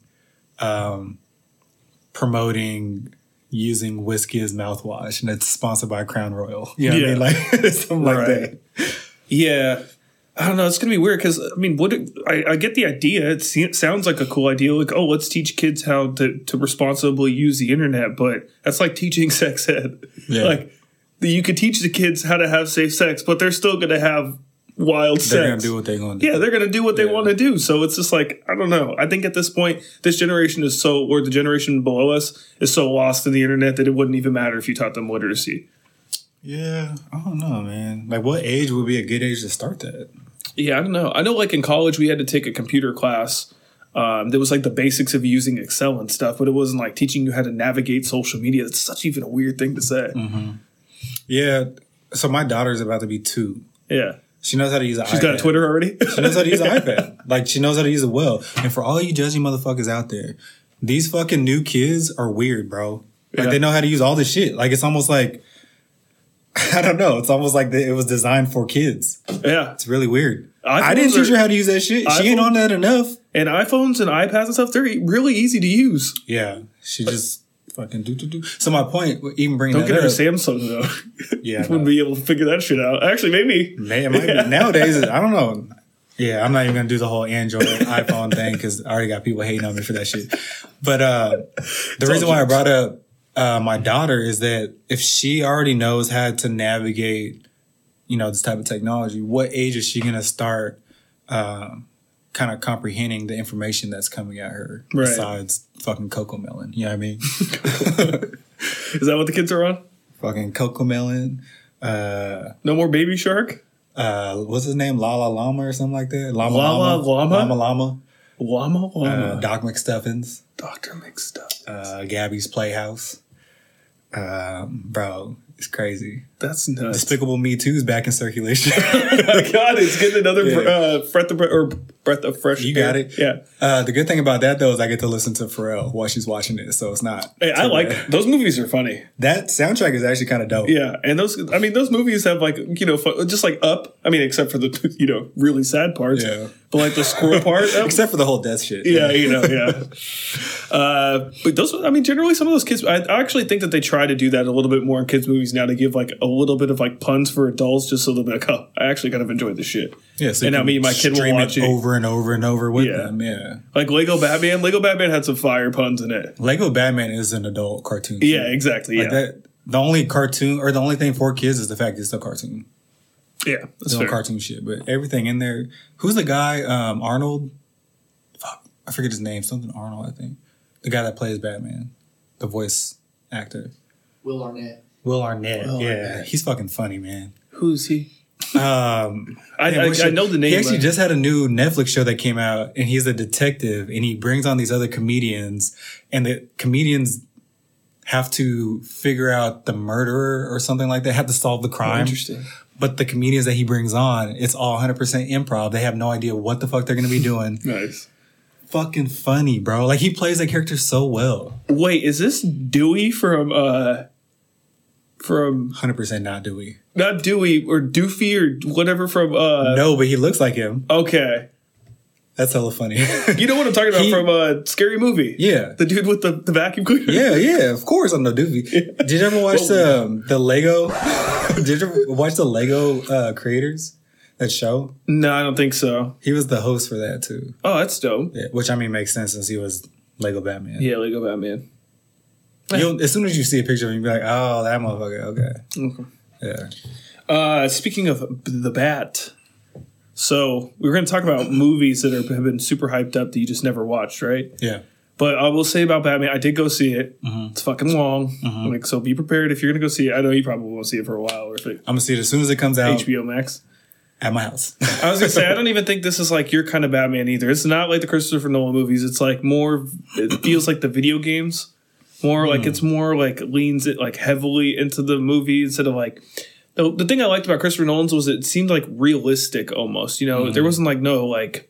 Speaker 5: um, promoting using whiskey as mouthwash and it's sponsored by crown royal you know
Speaker 4: Yeah.
Speaker 5: what i mean like (laughs) something like
Speaker 4: Right.
Speaker 5: that
Speaker 4: Yeah. I don't know. It's going to be weird because, I mean, what I, I get the idea. It se- sounds like a cool idea. Like, oh, let's teach kids how to, to responsibly use the internet. But that's like teaching (laughs) sex ed.
Speaker 5: Yeah.
Speaker 4: Like, the- you could teach the kids how to have safe sex, but they're still going to have wild
Speaker 5: they're gonna
Speaker 4: sex.
Speaker 5: do what they're gonna do
Speaker 4: yeah, they're going to do what they
Speaker 5: Yeah.
Speaker 4: want to do. So it's just like, I don't know. I think at this point, this generation is so, or the generation below us is so lost in the internet that it wouldn't even matter if you taught them literacy.
Speaker 5: Yeah, I don't know, man. Like, what age would be a good age to start that?
Speaker 4: Yeah, I don't know. I know, like in college, we had to take a computer class. Um, that was like the basics of using Excel and stuff, but it wasn't like teaching you how to navigate social media. It's such even a weird thing to say.
Speaker 5: Yeah. So my daughter's about to be two.
Speaker 4: Yeah,
Speaker 5: She knows how to use an
Speaker 4: she's
Speaker 5: iPad.
Speaker 4: got a Twitter already.
Speaker 5: She knows how to use an iPad. Like she knows how to use it well. And for all you judging motherfuckers out there, these fucking new kids are weird, bro. Like
Speaker 4: Yeah.
Speaker 5: they know how to use all this shit. Like it's almost like (laughs) I don't know. It's almost like it was designed for kids.
Speaker 4: (laughs) yeah,
Speaker 5: It's really weird. I
Speaker 4: iPhones
Speaker 5: didn't teach
Speaker 4: are-
Speaker 5: her how to use that shit. She ain't
Speaker 4: iPhone-
Speaker 5: on that enough.
Speaker 4: and iPhones and iPads and stuff—they're really easy to use.
Speaker 5: Yeah. She just fucking do do do. So my point, even bringing
Speaker 4: Don't
Speaker 5: that
Speaker 4: get her
Speaker 5: up,
Speaker 4: a Samsung though. (laughs)
Speaker 5: yeah, I know.
Speaker 4: Wouldn't be able to figure that shit out. Actually, maybe.
Speaker 5: May, it might be. Nowadays, I don't know. Yeah, I'm not even gonna do the whole Android iPhone (laughs) thing because I already got people hating on me for that shit. But uh, the reason why I brought up uh, my daughter is that if she already knows how to navigate, you know, this type of technology, what age is she gonna start um, kind of comprehending the information that's coming at her
Speaker 4: Right.
Speaker 5: besides fucking Coco Melon? You know what I mean? (laughs)
Speaker 4: Is that what the kids are on?
Speaker 5: fucking Coco Melon. Uh,
Speaker 4: No more Baby Shark,
Speaker 5: uh, what's his name? Lala Llama or something like that? Llama
Speaker 4: La La Llama?
Speaker 5: Llama Llama.
Speaker 4: Llama
Speaker 5: Uh,
Speaker 4: Llama,
Speaker 5: Doc McStuffins.
Speaker 4: Doctor mixed up.
Speaker 5: Uh, Gabby's Playhouse. Um, bro, it's crazy.
Speaker 4: That's nuts. (laughs)
Speaker 5: Despicable Me 2 is back in circulation.
Speaker 4: Oh
Speaker 5: (laughs)
Speaker 4: God, it's getting another
Speaker 5: Yeah.
Speaker 4: uh, breath of or breath of fresh.
Speaker 5: You got
Speaker 4: air.
Speaker 5: it.
Speaker 4: Yeah,
Speaker 5: uh, the good thing about that, though, is I get to listen to Pharrell while she's watching it. So it's not.
Speaker 4: hey, I
Speaker 5: too
Speaker 4: like
Speaker 5: bad.
Speaker 4: those movies are funny.
Speaker 5: That soundtrack is actually kind of dope.
Speaker 4: Yeah, and those I mean those movies have like you know fu- just like Up. I mean, except for the (laughs) you know really sad parts.
Speaker 5: Yeah.
Speaker 4: But like the (laughs) squirrel part. that-
Speaker 5: Except for the whole death shit.
Speaker 4: yeah, you know, (laughs) yeah. Uh, but those, I mean, generally some of those kids, I, I actually think that they try to do that a little bit more in kids' movies now to give like a little bit of like puns for adults, just so they'll be like, oh, I actually kind of enjoyed this shit.
Speaker 5: (laughs) Yeah, so
Speaker 4: And
Speaker 5: you
Speaker 4: I
Speaker 5: can
Speaker 4: mean, my kid will
Speaker 5: stream
Speaker 4: watch it.
Speaker 5: over and over and over with
Speaker 4: Yeah.
Speaker 5: them. Yeah,
Speaker 4: Like Lego Batman, Lego Batman had some fire puns in it.
Speaker 5: Lego Batman is an adult cartoon.
Speaker 4: Yeah, exactly. Yeah,
Speaker 5: Like that. The only cartoon or the only thing for kids is the fact it's a cartoon.
Speaker 4: yeah, that's
Speaker 5: It's no
Speaker 4: fair.
Speaker 5: cartoon shit, but everything in there. Who's the guy? Um, Arnold. Fuck, I forget his name. Something Arnold, I think. The guy that plays Batman, the voice actor.
Speaker 1: Will Arnett.
Speaker 5: Will Arnett.
Speaker 4: Will
Speaker 5: yeah,
Speaker 4: Arnett.
Speaker 5: he's fucking funny, man.
Speaker 4: Who's he?
Speaker 5: Um,
Speaker 4: I,
Speaker 5: Yeah,
Speaker 4: I,
Speaker 5: what's
Speaker 4: I
Speaker 5: your-
Speaker 4: know the name.
Speaker 5: He actually
Speaker 4: but-
Speaker 5: just had a new Netflix show that came out, and he's a detective, and he brings on these other comedians, and the comedians have to figure out the murderer or something like that, have to solve the
Speaker 4: Oh,
Speaker 5: crime.
Speaker 4: interesting.
Speaker 5: but the comedians that he brings on, it's all 100% improv. They have no idea what the fuck they're going to
Speaker 4: (laughs)
Speaker 5: be doing.
Speaker 4: Nice.
Speaker 5: Fucking funny, bro. Like, he plays that character so well.
Speaker 4: Wait, is this Dewey from uh from
Speaker 5: 100% not Dewey.
Speaker 4: not Dewey or Doofy or whatever from uh
Speaker 5: no, but he looks like him.
Speaker 4: Okay.
Speaker 5: That's hella funny. (laughs)
Speaker 4: You know what I'm talking about
Speaker 5: He-
Speaker 4: from uh, Scary Movie.
Speaker 5: yeah.
Speaker 4: The dude with the, the vacuum cleaner.
Speaker 5: Yeah, yeah, of course I'm no doofy. Did you ever watch the um, the Lego? (laughs) Did you ever watch the Lego uh, creators? That show?
Speaker 4: No, I don't think so.
Speaker 5: He was the host for that too.
Speaker 4: Oh, that's dope.
Speaker 5: Yeah, which I mean makes sense since he was Lego Batman.
Speaker 4: Yeah, Lego Batman.
Speaker 5: You'll- as soon as you see a picture of him, you'll be like, oh, that motherfucker. Okay.
Speaker 4: Okay.
Speaker 5: Yeah.
Speaker 4: Uh, speaking of the bat, so we were going to talk about movies that are, have been super hyped up that you just never watched, right?
Speaker 5: Yeah.
Speaker 4: But I will say about Batman, I did go see it. It's fucking long. Like, so be prepared if you're going to go see it. I know you probably won't see it for a while or if it,
Speaker 5: I'm going to see it as soon as it comes out
Speaker 4: HBO Max.
Speaker 5: at my house. (laughs)
Speaker 4: I was gonna say I don't even think this is like your kind of Batman either. It's not like the Christopher Nolan movies. It's like more. It feels like the video games. More like it's more like leans it like heavily into the movie instead of like. The, the thing I liked about Christopher Nolan's was it seemed like realistic almost. You know, there wasn't like no like.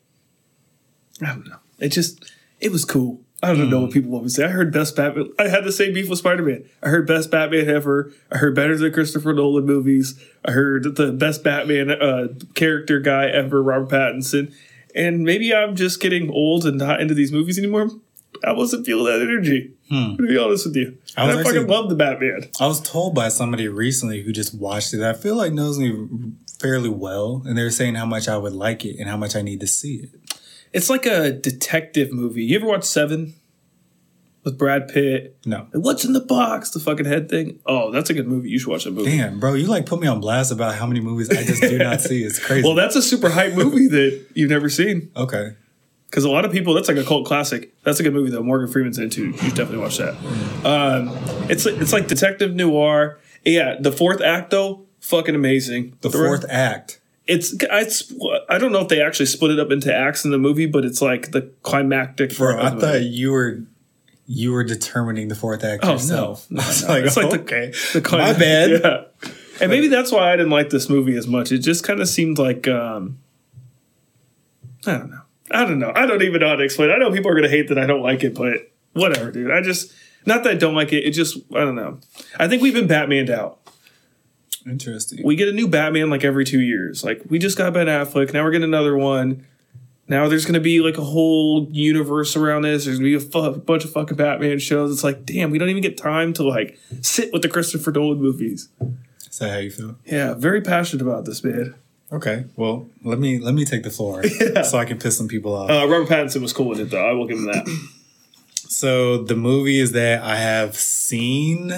Speaker 4: I don't know. It just it was cool. I don't know what
Speaker 5: Mm.
Speaker 4: people always say. I heard best Batman. I had the same beef with Spider Man. I heard best Batman ever. I heard better than Christopher Nolan movies. I heard the best Batman uh, character guy ever, Robert Pattinson. And maybe I'm just getting old and not into these movies anymore. I wasn't feeling that energy. To be honest with you,
Speaker 5: Hmm. I
Speaker 4: And I,
Speaker 5: was actually-
Speaker 4: fucking love the Batman.
Speaker 5: I was told by somebody recently who just watched it. I feel like knows me fairly well. And they were saying how much I would like it and how much I need to see it.
Speaker 4: It's like a detective movie. You ever watch Seven with Brad Pitt?
Speaker 5: No.
Speaker 4: What's in the box? The fucking head thing. Oh, that's a good movie. You should watch that movie.
Speaker 5: Damn, bro, you like put me on blast about how many movies I just
Speaker 4: (laughs)
Speaker 5: do not see. It's crazy.
Speaker 4: Well, that's a super hype movie that you've never seen.
Speaker 5: okay.
Speaker 4: Because a lot of people, that's like a cult classic. That's a good movie though. Morgan Freeman's in it too. You should definitely watch that. Um, it's like- it's like detective noir. Yeah, the fourth act though, fucking amazing.
Speaker 5: The
Speaker 4: re-
Speaker 5: fourth act.
Speaker 4: it's I, sp- I don't know if they actually split it up into acts in the movie, but it's like the climactic.
Speaker 5: Bro,
Speaker 4: part
Speaker 5: I
Speaker 4: of the
Speaker 5: thought
Speaker 4: movie.
Speaker 5: you were you were determining the fourth act
Speaker 4: Oh no,
Speaker 5: yourself.
Speaker 4: (laughs) no,
Speaker 5: I was
Speaker 4: no.
Speaker 5: like,
Speaker 4: it's like
Speaker 5: okay.
Speaker 4: Oh. the, the
Speaker 5: My
Speaker 4: climactic-
Speaker 5: bad.
Speaker 4: (laughs) Yeah. And maybe that's why I didn't like this movie as much. It just kind of seemed like um, I don't know. I don't know. I don't even know how to explain. it. I know people are gonna hate that I don't like it, but whatever, dude. I just not that I don't like it. It just I don't know. I think we've been Batmaned out.
Speaker 5: Interesting.
Speaker 4: We get a new Batman like every two years. Like we just got Ben Affleck. Now we're getting another one. Now there's gonna be like a whole universe around this. There's gonna be a fu- bunch of fucking Batman shows. It's like, damn, we don't even get time to like sit with the Christopher Nolan movies.
Speaker 5: Is that how you feel?
Speaker 4: Yeah, very passionate about this, man.
Speaker 5: Okay. Well, let me let me take
Speaker 4: (laughs)
Speaker 5: the floor so I can piss some people off.
Speaker 4: Uh, Robert Pattinson was cool with it though. I will give him that.
Speaker 5: So the movies that I have seen,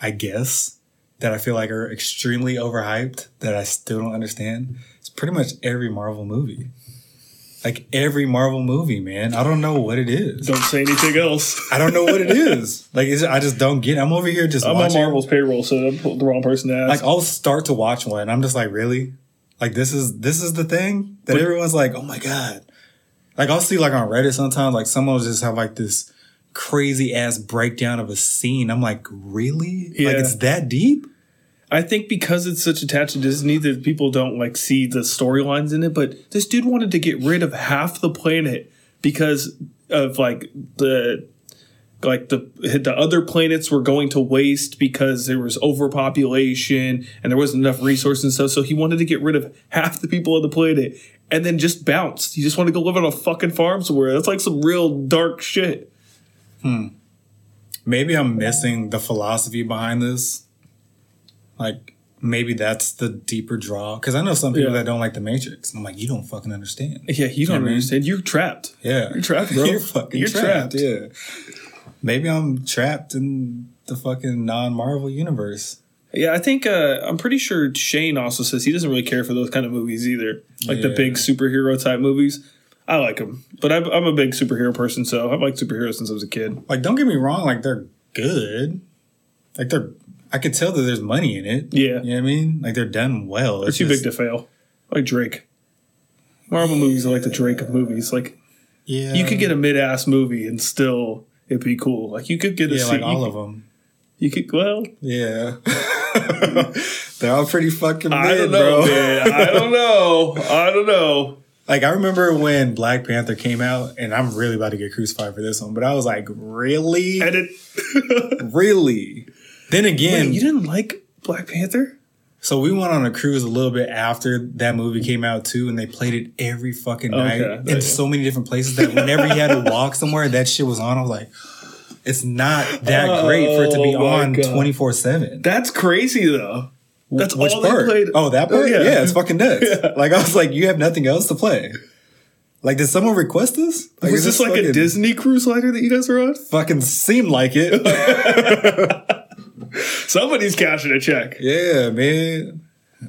Speaker 5: I guess, that I feel like are extremely overhyped that I still don't understand, it's pretty much every Marvel movie. Like every Marvel movie, man. I don't know what it is.
Speaker 4: don't say anything else.
Speaker 5: I don't know what it is. Like it's, I just don't get. It. I'm over here just
Speaker 4: I'm on
Speaker 5: watching.
Speaker 4: Marvel's payroll, so I'm the wrong person to ask.
Speaker 5: Like I'll start to watch one. I'm just like, really? Like this is this is the thing that everyone's like, oh my god. Like I'll see like on Reddit sometimes, like someone will just have like this crazy ass breakdown of a scene. I'm like, really?
Speaker 4: Yeah.
Speaker 5: Like it's that deep?
Speaker 4: I think because it's such attached to Disney that people don't like see the storylines in it. But this dude wanted to get rid of half the planet because of like the like the the other planets were going to waste because there was overpopulation and there wasn't enough resources and stuff. So he wanted to get rid of half the people on the planet and then just bounced. He just wanted to go live on a fucking farm somewhere. That's like some real dark shit.
Speaker 5: Maybe I'm missing the philosophy behind this. Like, maybe that's the deeper draw. Because I know some people
Speaker 4: Yeah.
Speaker 5: that don't like The Matrix. I'm like, you don't fucking understand.
Speaker 4: Yeah, you don't
Speaker 5: Yeah, man.
Speaker 4: understand. You're trapped.
Speaker 5: Yeah.
Speaker 4: You're trapped, bro.
Speaker 5: You're fucking
Speaker 4: You're
Speaker 5: trapped.
Speaker 4: trapped.
Speaker 5: Yeah. Maybe I'm trapped in the fucking non Marvel universe.
Speaker 4: Yeah, I think uh, I'm pretty sure Shane also says he doesn't really care for those kind of movies either, like the
Speaker 5: Yeah.
Speaker 4: big superhero type movies. I like them, but I'm, I'm a big superhero person, so I've liked superheroes since I was a kid.
Speaker 5: Like, don't get me wrong. Like, they're good. Like, they're. I could tell that there's money in it.
Speaker 4: Yeah,
Speaker 5: You know what I mean? Like, they're done well.
Speaker 4: they're too big to fail. Like Drake, Marvel movies are like the Drake of movies. Like
Speaker 5: Yeah.
Speaker 4: you could get a mid-ass movie and still it'd be cool. Like you could get a
Speaker 5: Yeah, like
Speaker 4: se-
Speaker 5: all
Speaker 4: you,
Speaker 5: of them.
Speaker 4: you could well,
Speaker 5: Yeah. (laughs) They're all pretty fucking
Speaker 4: I
Speaker 5: mid,
Speaker 4: don't know,
Speaker 5: (laughs) bro.
Speaker 4: man. I don't know. I don't know.
Speaker 5: Like I remember when Black Panther came out, and I'm really about to get crucified for this one, but I was like, really,
Speaker 4: Edit.
Speaker 5: really. Then again,
Speaker 4: Wait, you didn't like Black Panther?
Speaker 5: so we went on a cruise a little bit after that movie came out too, and they played it every fucking night
Speaker 4: Okay,
Speaker 5: in
Speaker 4: yeah.
Speaker 5: so many different places that whenever you had to walk somewhere, that shit was on. I was like, it's not that great for it to be
Speaker 4: Oh, my
Speaker 5: on
Speaker 4: God.
Speaker 5: twenty four seven.
Speaker 4: That's crazy though. That's
Speaker 5: Which
Speaker 4: all
Speaker 5: part?
Speaker 4: they played.
Speaker 5: Oh, that part?
Speaker 4: Yeah.
Speaker 5: Yeah, it's
Speaker 4: (laughs)
Speaker 5: fucking nuts. Like I was like, you have nothing else to play. Like, did someone request this? Like,
Speaker 4: was
Speaker 5: is
Speaker 4: this like
Speaker 5: fucking,
Speaker 4: a Disney cruise liner that you guys were on?
Speaker 5: Fucking seem like it.
Speaker 4: Somebody's cashing a check.
Speaker 5: yeah, man.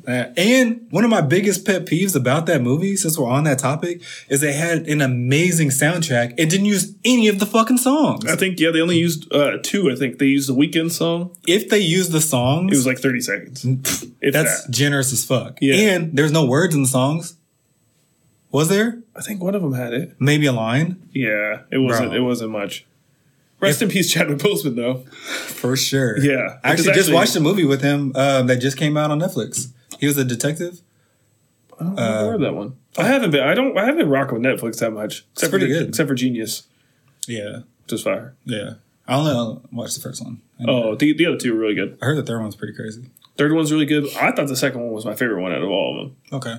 Speaker 5: Uh, and one of my biggest pet peeves about that movie, since we're on that topic, is they had an amazing soundtrack and didn't use any of the fucking songs.
Speaker 4: I think yeah, they only used uh, two. I think they used the weekend song.
Speaker 5: If they used the songs,
Speaker 4: It was like thirty (laughs) seconds. If
Speaker 5: that's
Speaker 4: that.
Speaker 5: generous as fuck.
Speaker 4: Yeah.
Speaker 5: And there's no words in the songs. Was there?
Speaker 4: I think one of them had it.
Speaker 5: Maybe a line?
Speaker 4: Yeah, it wasn't.
Speaker 5: Bro.
Speaker 4: It wasn't much. Rest in peace, Chadwick Boseman. Though
Speaker 5: For sure.
Speaker 4: Yeah,
Speaker 5: I
Speaker 4: because
Speaker 5: actually just
Speaker 4: actually-
Speaker 5: watched a movie with him um, that just came out on Netflix. He was a detective.
Speaker 4: I don't remember that one. I haven't been. I don't. I haven't been rocking with Netflix that much. Except for
Speaker 5: pretty
Speaker 4: the-
Speaker 5: good.
Speaker 4: Except for Genius,
Speaker 5: Yeah.
Speaker 4: just fire.
Speaker 5: Yeah. I only uh, watched the first one. And
Speaker 4: Oh, the the other two were really good.
Speaker 5: I heard the third one's pretty crazy.
Speaker 4: Third one's really good. I thought the second one was my favorite one out of all of them.
Speaker 5: Okay.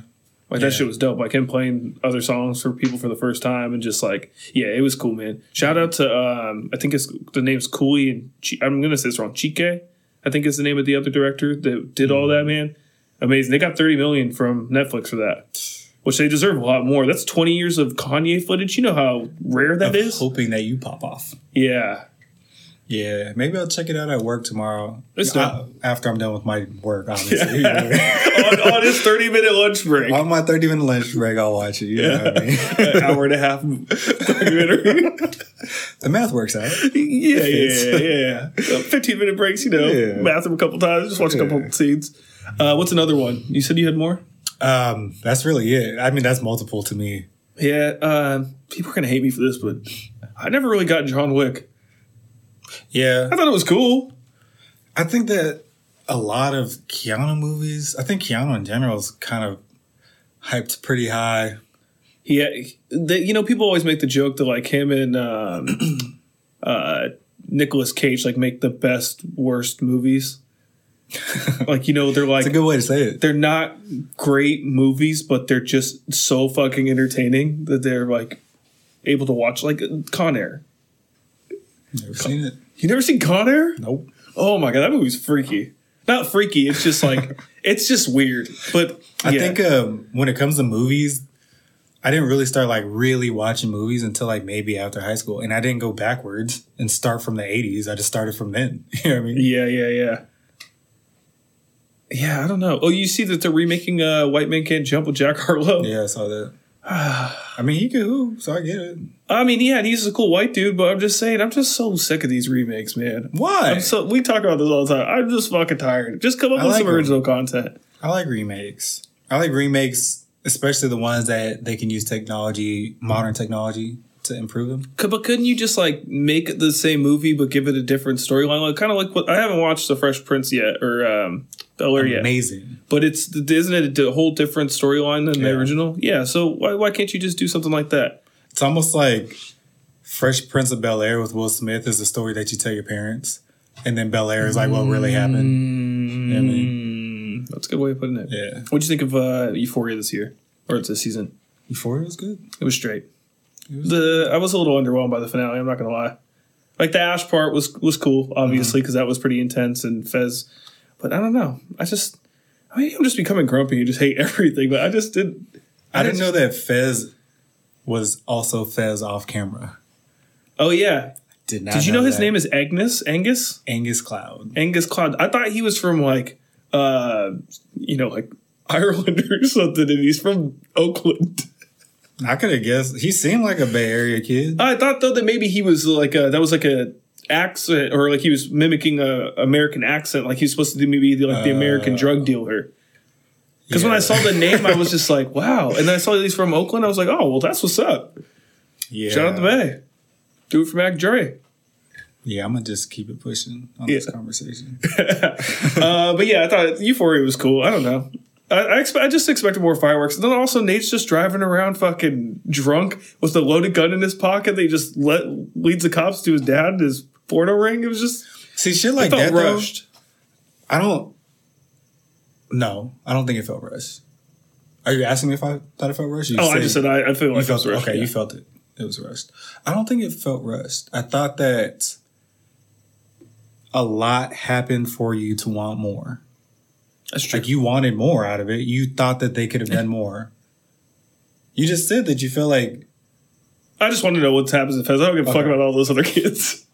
Speaker 4: Like that shit was dope. Like him playing other songs for people for the first time and just like, yeah, it was cool, man. Shout out to um, I think it's the name's Cooley and Chi I'm gonna say this wrong, Chike. I think is the name of the other director that did all that, man. Amazing. They got thirty million from Netflix for that, which they deserve a lot more. That's twenty years of Kanye footage. You know how rare that is.
Speaker 5: Hoping that you pop off.
Speaker 4: Yeah, (laughs)
Speaker 5: Yeah. Maybe I'll check it out at work tomorrow.
Speaker 4: It's
Speaker 5: I- after I'm done with my work, (laughs) obviously.
Speaker 4: on, on his thirty minute lunch break,
Speaker 5: on my 30 minute lunch break, I'll watch it. You know what I mean? (laughs)
Speaker 4: an hour and a half documentary.
Speaker 5: the math works out.
Speaker 4: Yeah, yeah, yeah. (laughs) yeah. Uh, Fifteen minute breaks, you know,
Speaker 5: Yeah.
Speaker 4: bathroom a couple times, just watch a couple scenes. Uh, what's another one? You said you had more.
Speaker 5: Um, that's really it. I mean, that's multiple to me.
Speaker 4: Yeah, uh, people are gonna hate me for this, but I never really got John Wick.
Speaker 5: Yeah.
Speaker 4: I thought it was cool.
Speaker 5: I think that a lot of Keanu movies, I think Keanu in general is kind of hyped pretty high.
Speaker 4: Yeah, the, you know, people always make the joke that like him and um, (clears throat) uh, Nicolas Cage like make the best worst (laughs) movies. like you know, they're like
Speaker 5: It's a good way to say it.
Speaker 4: they're not great movies, but they're just so fucking entertaining that they're like able to watch like Con Air.
Speaker 5: Never seen it.
Speaker 4: You never seen Con Air?
Speaker 5: Nope.
Speaker 4: Oh my god, that movie's freaky. Not freaky, it's just
Speaker 5: (laughs)
Speaker 4: like it's just weird. But
Speaker 5: I
Speaker 4: yeah.
Speaker 5: think um, when it comes to movies, I didn't really start like really watching movies until like maybe after high school, and I didn't go backwards and start from the '80s. I just started from then. (laughs) You know what I mean?
Speaker 4: Yeah, yeah, yeah. Yeah, I don't know. Oh, you see that they're remaking uh, White Man Can't Jump with Jack Harlow?
Speaker 5: Yeah, I saw that. I mean, he could hoop, so I get it.
Speaker 4: I mean, yeah, and he's a cool white dude, but I'm just saying, I'm just so sick of these remakes, man.
Speaker 5: Why?
Speaker 4: I'm so we talk about this all the time. I'm just fucking tired. Just come up
Speaker 5: I
Speaker 4: with
Speaker 5: like
Speaker 4: some
Speaker 5: them.
Speaker 4: original content.
Speaker 5: I like remakes. I like remakes, especially the ones that they can use technology, modern technology, to improve them.
Speaker 4: Could, but couldn't you just like make the same movie but give it a different storyline? Like kind of like what I haven't watched the Fresh Prince yet, or um, Bel Air, yeah.
Speaker 5: Amazing.
Speaker 4: But it's isn't it a whole different storyline than the
Speaker 5: Yeah.
Speaker 4: original? Yeah. So why why can't you just do something like that?
Speaker 5: It's almost like Fresh Prince of Bel Air with Will Smith is the story that you tell your parents, and then Bel Air is like what really happened.
Speaker 4: Mm,
Speaker 5: Yeah, I mean,
Speaker 4: that's a good way of putting it.
Speaker 5: yeah.
Speaker 4: What'd you think of uh, Euphoria this year or this season?
Speaker 5: Euphoria was good.
Speaker 4: It was straight.
Speaker 5: was-
Speaker 4: The I was a little underwhelmed by the finale. I'm not gonna lie. Like the Ash part was was cool, obviously,
Speaker 5: Mm-hmm.
Speaker 4: because that was pretty intense and Fez. But I don't know. I just I mean, I'm just becoming grumpy and just hate (laughs) everything. But I just did.
Speaker 5: I didn't
Speaker 4: just-
Speaker 5: know that Fez was also Fez off camera.
Speaker 4: Oh yeah.
Speaker 5: Did not.
Speaker 4: Did you know his
Speaker 5: that.
Speaker 4: name is Agnes Angus?
Speaker 5: Angus Cloud?
Speaker 4: Angus Cloud. I thought he was from like, uh, you know, like (laughs) Ireland or something, and he's from Oakland.
Speaker 5: I could have guessed. He seemed like a Bay Area kid.
Speaker 4: I thought though that maybe he was like a, that was like a accent or like he was mimicking a American accent, like he was supposed to do maybe the, like the American drug dealer. Because when I
Speaker 5: Oh. Yeah.
Speaker 4: saw the name, I was just like,
Speaker 5: (laughs)
Speaker 4: wow. And then I saw that he's from Oakland. I was like, oh well, that's what's up.
Speaker 5: yeah.
Speaker 4: Shout out to Bay. Do it for Mac Dre.
Speaker 5: Yeah, I'm gonna just keep it pushing on this
Speaker 4: Yeah.
Speaker 5: conversation.
Speaker 4: Uh, but yeah, I thought Euphoria was cool. I don't know. I, I, expect, I just expected more fireworks. And then also Nate's just driving around fucking drunk with a loaded gun in his pocket. They just let leads the cops to his dad and his porno ring. It was just
Speaker 5: See, shit
Speaker 4: I
Speaker 5: like
Speaker 4: felt
Speaker 5: that. though,
Speaker 4: rushed.
Speaker 5: I don't. No, I don't think it felt rushed. Are you asking me if I thought it felt rushed? You
Speaker 4: oh, I just said I, I feel like
Speaker 5: you
Speaker 4: it was
Speaker 5: felt
Speaker 4: rushed.
Speaker 5: okay.
Speaker 4: yeah.
Speaker 5: You felt it. It was rushed. I don't think it felt rushed. I thought that a lot happened for you to want more.
Speaker 4: That's true.
Speaker 5: Like you wanted more out of it. You thought that they could have done more. You just said that you feel like
Speaker 4: I just want to know what happens in Fez. I don't give a fuck
Speaker 5: Okay.
Speaker 4: about all those other
Speaker 5: (laughs)
Speaker 4: kids.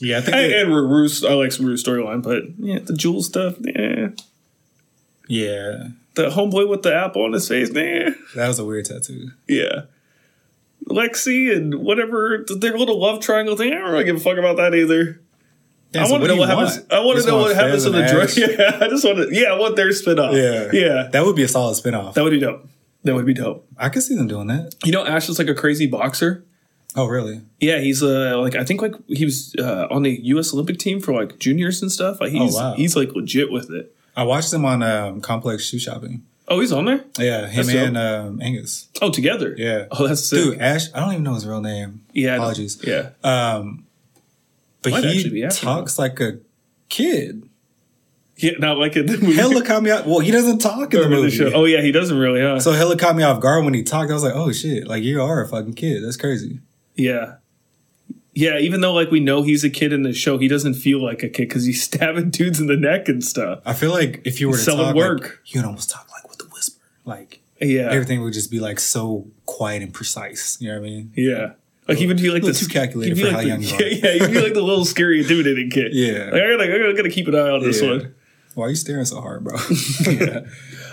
Speaker 5: yeah. I think
Speaker 4: and
Speaker 5: it-
Speaker 4: and Rue's, I like some Rue's storyline, but yeah, the Jewel stuff, yeah.
Speaker 5: yeah.
Speaker 4: The homeboy with the apple on his face, nah.
Speaker 5: That was a weird tattoo.
Speaker 4: Yeah. Lexi and whatever their little love triangle thing. I don't really give a fuck about that either.
Speaker 5: Yeah,
Speaker 4: I
Speaker 5: so
Speaker 4: want to
Speaker 5: do
Speaker 4: know what
Speaker 5: you
Speaker 4: happens.
Speaker 5: want?
Speaker 4: I want to
Speaker 5: Just
Speaker 4: know what happens
Speaker 5: Fez
Speaker 4: to the
Speaker 5: and
Speaker 4: drug.
Speaker 5: Ash?
Speaker 4: Yeah, (laughs) I just want to. Yeah, I want their spinoff.
Speaker 5: Yeah.
Speaker 4: yeah,
Speaker 5: That would be a solid spinoff.
Speaker 4: that would be dope. That would be dope.
Speaker 5: I could see them doing that.
Speaker 4: You know, Ash is like a crazy boxer.
Speaker 5: Oh, really?
Speaker 4: Yeah, he's uh like I think like he was uh, on the U.S. Olympic team for like juniors and stuff. Like he's
Speaker 5: wow.
Speaker 4: he's like legit with it.
Speaker 5: I watched them on um, Complex Shoe Shopping.
Speaker 4: Oh, he's on there.
Speaker 5: Yeah, him
Speaker 4: That's dope.
Speaker 5: and um, Angus.
Speaker 4: Oh, together.
Speaker 5: Yeah.
Speaker 4: Oh, that's sick.
Speaker 5: Dude, Ash, I don't even know his real name.
Speaker 4: yeah. I know.
Speaker 5: Apologies.
Speaker 4: Yeah.
Speaker 5: Um, but
Speaker 4: Might actually be
Speaker 5: he
Speaker 4: Ash,
Speaker 5: talks like a kid.
Speaker 4: Yeah. Not like in the movie.
Speaker 5: Hella caught me out. Well, he doesn't talk in the
Speaker 4: Or in the
Speaker 5: movie.
Speaker 4: show. Oh yeah, he doesn't really. Huh.
Speaker 5: So hella caught me off guard when he talked. I was like, oh shit, like you are a fucking kid. That's crazy.
Speaker 4: Yeah. Yeah, even though like we know he's a kid in the show, he doesn't feel like a kid because he's (laughs) stabbing dudes in the neck and stuff.
Speaker 5: I feel like if you were to
Speaker 4: Selling
Speaker 5: talk,
Speaker 4: work.
Speaker 5: Like, you would almost talk like with a whisper. Like
Speaker 4: Yeah,
Speaker 5: everything would just be like so quiet and precise. You know what I mean?
Speaker 4: yeah. Like he would be like
Speaker 5: little
Speaker 4: this
Speaker 5: too calculated
Speaker 4: he'd be
Speaker 5: for
Speaker 4: like
Speaker 5: how young
Speaker 4: the,
Speaker 5: you
Speaker 4: (laughs)
Speaker 5: are.
Speaker 4: Yeah, yeah, he'd be like the little scary, intimidating kid.
Speaker 5: Yeah.
Speaker 4: like, I gotta, I gotta keep an eye on this
Speaker 5: Yeah.
Speaker 4: one.
Speaker 5: Why are you staring so hard,
Speaker 4: (laughs)
Speaker 5: bro?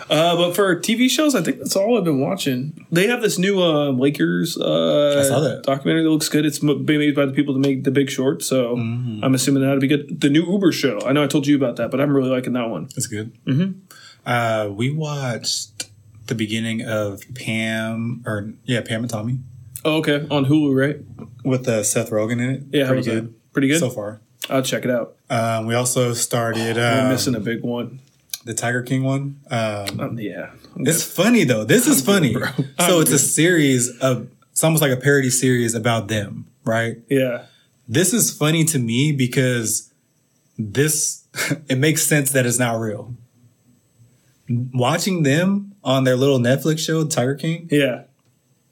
Speaker 4: Uh, but for TV shows, I think that's all I've been watching. They have this new uh, Lakers uh,
Speaker 5: I saw that.
Speaker 4: documentary that looks good. It's m- been made by the people that make The Big Short, so
Speaker 5: Mm.
Speaker 4: I'm assuming that'll be good. The new Uber show, I know I told you about that, but I'm really liking that one.
Speaker 5: That's good. Mm-hmm. Uh, we watched the beginning of Pam or yeah, Pam and Tommy
Speaker 4: Oh, okay, on Hulu, right?
Speaker 5: with uh, Seth Rogen in it.
Speaker 4: Yeah, how
Speaker 5: pretty
Speaker 4: was that?
Speaker 5: good.
Speaker 4: Pretty good.
Speaker 5: so far.
Speaker 4: I'll check it out.
Speaker 5: Um, we also started
Speaker 4: We're
Speaker 5: um,
Speaker 4: missing a big one.
Speaker 5: the Tiger King one. Um,
Speaker 4: Um, yeah.
Speaker 5: it's funny though. This is funny. So
Speaker 4: I'm
Speaker 5: it's a series of it's almost like a parody series about them, right?
Speaker 4: Yeah.
Speaker 5: This is funny to me because this (laughs) it makes sense that it's not real. Watching them on their little Netflix show, Tiger King,
Speaker 4: Yeah.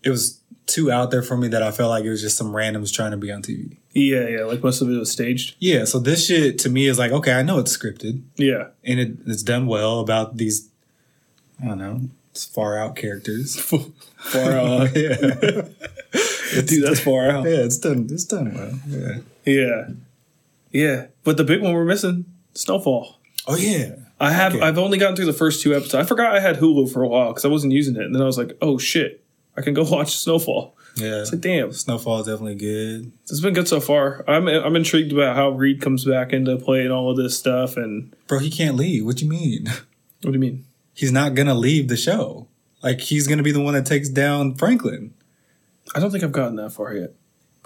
Speaker 5: it was too out there for me that I felt like it was just some randoms trying to be on TV.
Speaker 4: Yeah. Yeah. Like most of it was staged.
Speaker 5: Yeah, so this shit to me is like, okay, I know it's scripted
Speaker 4: Yeah.
Speaker 5: and it, it's done well about these, I don't know, it's far out characters. (laughs)
Speaker 4: Far out.
Speaker 5: yeah,
Speaker 4: (laughs) Dude, that's far out.
Speaker 5: yeah, it's done. It's done well. Yeah.
Speaker 4: Yeah. Yeah. But the big one we're missing, Snowfall.
Speaker 5: Oh yeah,
Speaker 4: I have.
Speaker 5: Okay.
Speaker 4: I've only gotten through the first two episodes. I forgot I had Hulu for a while because I wasn't using it, and then I was like, "Oh shit, I can go (laughs) watch Snowfall."
Speaker 5: yeah.
Speaker 4: It's like, damn,
Speaker 5: Snowfall is definitely good.
Speaker 4: it's been good so far. I'm I'm intrigued about how Reed comes back into play and all of this stuff. And
Speaker 5: Bro, he can't leave. What you mean? (laughs)
Speaker 4: what do you mean?
Speaker 5: He's not gonna leave the show. Like he's gonna be the one that takes down Franklin.
Speaker 4: I don't think I've gotten that far yet.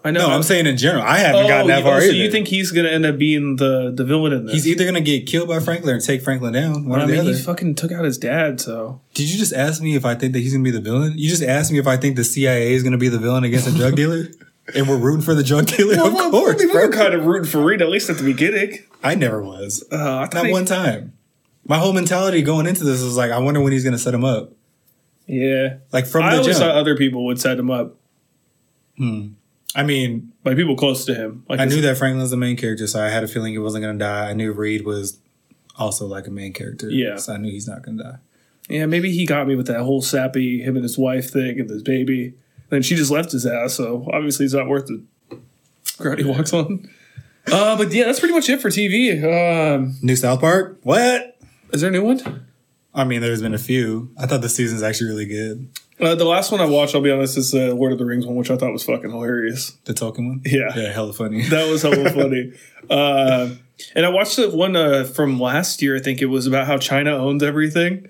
Speaker 4: I know.
Speaker 5: No, I'm saying in general. I haven't
Speaker 4: oh,
Speaker 5: gotten that
Speaker 4: you-
Speaker 5: far
Speaker 4: oh, so
Speaker 5: either.
Speaker 4: you think he's gonna end up being the the villain in this?
Speaker 5: he's either gonna get killed by Franklin or take Franklin down? One
Speaker 4: I
Speaker 5: or the
Speaker 4: mean,
Speaker 5: other.
Speaker 4: he fucking took out his dad, so
Speaker 5: Did you just ask me if I think that he's gonna be the villain? You just asked me if I think the CIA is gonna be the villain against a
Speaker 4: (laughs)
Speaker 5: drug dealer, and we're rooting for the drug dealer. of course,
Speaker 4: we were
Speaker 5: bro.
Speaker 4: kind of rooting for Reed at least at the beginning.
Speaker 5: I never was.
Speaker 4: Uh, I thought
Speaker 5: Not
Speaker 4: he-
Speaker 5: one time. My whole mentality going into this was like, I wonder when he's gonna set him up.
Speaker 4: Yeah,
Speaker 5: Like from
Speaker 4: I
Speaker 5: the
Speaker 4: always
Speaker 5: jump.
Speaker 4: thought other people would set him up,
Speaker 5: I mean,
Speaker 4: like people close to him. Like
Speaker 5: I
Speaker 4: his-
Speaker 5: knew that Franklin's the main character, so I had a feeling he wasn't gonna die. I knew Reed was also like a main character.
Speaker 4: Yeah.
Speaker 5: So I knew he's not gonna die.
Speaker 4: Yeah, maybe he got me with that whole sappy him and his wife thing and his baby. Then she just left his ass, so obviously he's not worth the ground he walks on. Uh, but yeah, that's pretty much it for TV. Um,
Speaker 5: New South Park? What?
Speaker 4: is there a new one?
Speaker 5: I mean, there's been a few. I thought the season's actually really good.
Speaker 4: Uh, the last one I watched, I'll be honest, is the Lord of the Rings one, which I thought was fucking hilarious.
Speaker 5: The Tolkien one?
Speaker 4: Yeah.
Speaker 5: Yeah, hella funny.
Speaker 4: (laughs) That was
Speaker 5: (laughs)
Speaker 4: hella funny. Uh, and I watched the one uh, from last year. I think it was about how China owns everything.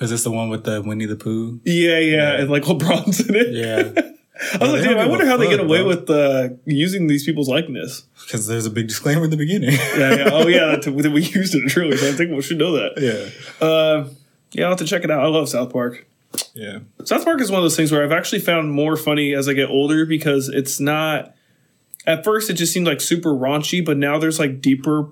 Speaker 5: Is this the one with the Winnie the Pooh?
Speaker 4: Yeah, yeah, and like LeBron's in it. (laughs)
Speaker 5: Yeah.
Speaker 4: I was like,
Speaker 5: they don't
Speaker 4: damn, Oh, I
Speaker 5: give
Speaker 4: wonder
Speaker 5: a
Speaker 4: how they
Speaker 5: fuck,
Speaker 4: get away
Speaker 5: bro.
Speaker 4: with uh, using these people's likeness. (laughs)
Speaker 5: Because there's a big disclaimer in the beginning.
Speaker 4: yeah, yeah. Oh, yeah. That, that we used it in trailer, so I think we should know that.
Speaker 5: (laughs) yeah.
Speaker 4: Uh, yeah, I'll have to check it out. I love South Park.
Speaker 5: Yeah.
Speaker 4: South Park is one of those things where I've actually found more funny as I get older because it's not. At first, it just seemed like super raunchy, but now there's like deeper,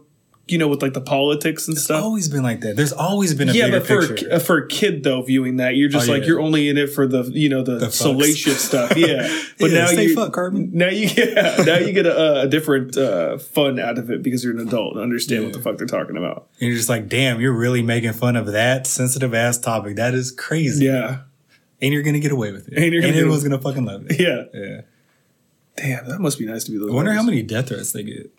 Speaker 4: you know, with like the politics and stuff.
Speaker 5: Always been like that. There's always been a
Speaker 4: yeah,
Speaker 5: Oh, bigger
Speaker 4: but for a,
Speaker 5: picture.
Speaker 4: ki- uh, for a kid though, viewing that you're just
Speaker 5: Oh,
Speaker 4: like
Speaker 5: yeah.
Speaker 4: you're only in it for the you know the,
Speaker 5: The fucks.
Speaker 4: salacious stuff. Yeah,
Speaker 5: (laughs)
Speaker 4: but
Speaker 5: Yeah,
Speaker 4: now
Speaker 5: say
Speaker 4: you
Speaker 5: fuck, Cartman.
Speaker 4: now you yeah, now you get (laughs) a, a different uh, fun out of it because you're an adult and understand what the fuck they're talking about.
Speaker 5: And you're just like, damn, you're really making fun of that sensitive ass topic. That is crazy.
Speaker 4: Yeah.
Speaker 5: And you're gonna get away with it.
Speaker 4: And you're gonna get
Speaker 5: everyone's gonna fucking love it.
Speaker 4: Yeah.
Speaker 5: Yeah.
Speaker 4: Damn, that must be nice to be those.
Speaker 5: I wonder how
Speaker 4: guys.
Speaker 5: many death threats they get.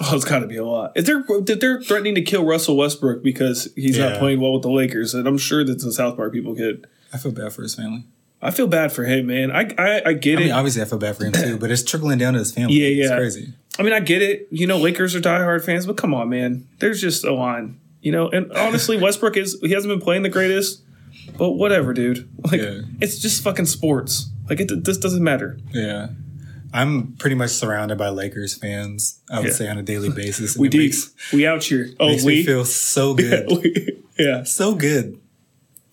Speaker 4: Oh, it's got to be a lot. If they're that they're threatening to kill Russell Westbrook because he's
Speaker 5: Yeah.
Speaker 4: not playing well with the Lakers, and I'm sure that the South Park people get.
Speaker 5: I feel bad for his family.
Speaker 4: I feel bad for him, man. I I, I get
Speaker 5: I
Speaker 4: it.
Speaker 5: mean, obviously I feel bad for him too, but it's trickling down to his family.
Speaker 4: Yeah, yeah.
Speaker 5: It's crazy.
Speaker 4: I mean, I get it. You know, Lakers are diehard fans, but come on, man. There's just a line. You know, and
Speaker 5: (laughs)
Speaker 4: honestly, Westbrook is he hasn't been playing the greatest, but whatever, dude. Like
Speaker 5: Yeah.
Speaker 4: it's just fucking sports. Like it this doesn't matter.
Speaker 5: Yeah. I'm pretty much surrounded by Lakers fans, I would
Speaker 4: Yeah.
Speaker 5: say on a daily (laughs) basis. and
Speaker 4: We
Speaker 5: it
Speaker 4: deep.
Speaker 5: makes,
Speaker 4: We out here. Oh,
Speaker 5: makes
Speaker 4: we.
Speaker 5: me feel so good. (laughs)
Speaker 4: we- (laughs) yeah.
Speaker 5: so good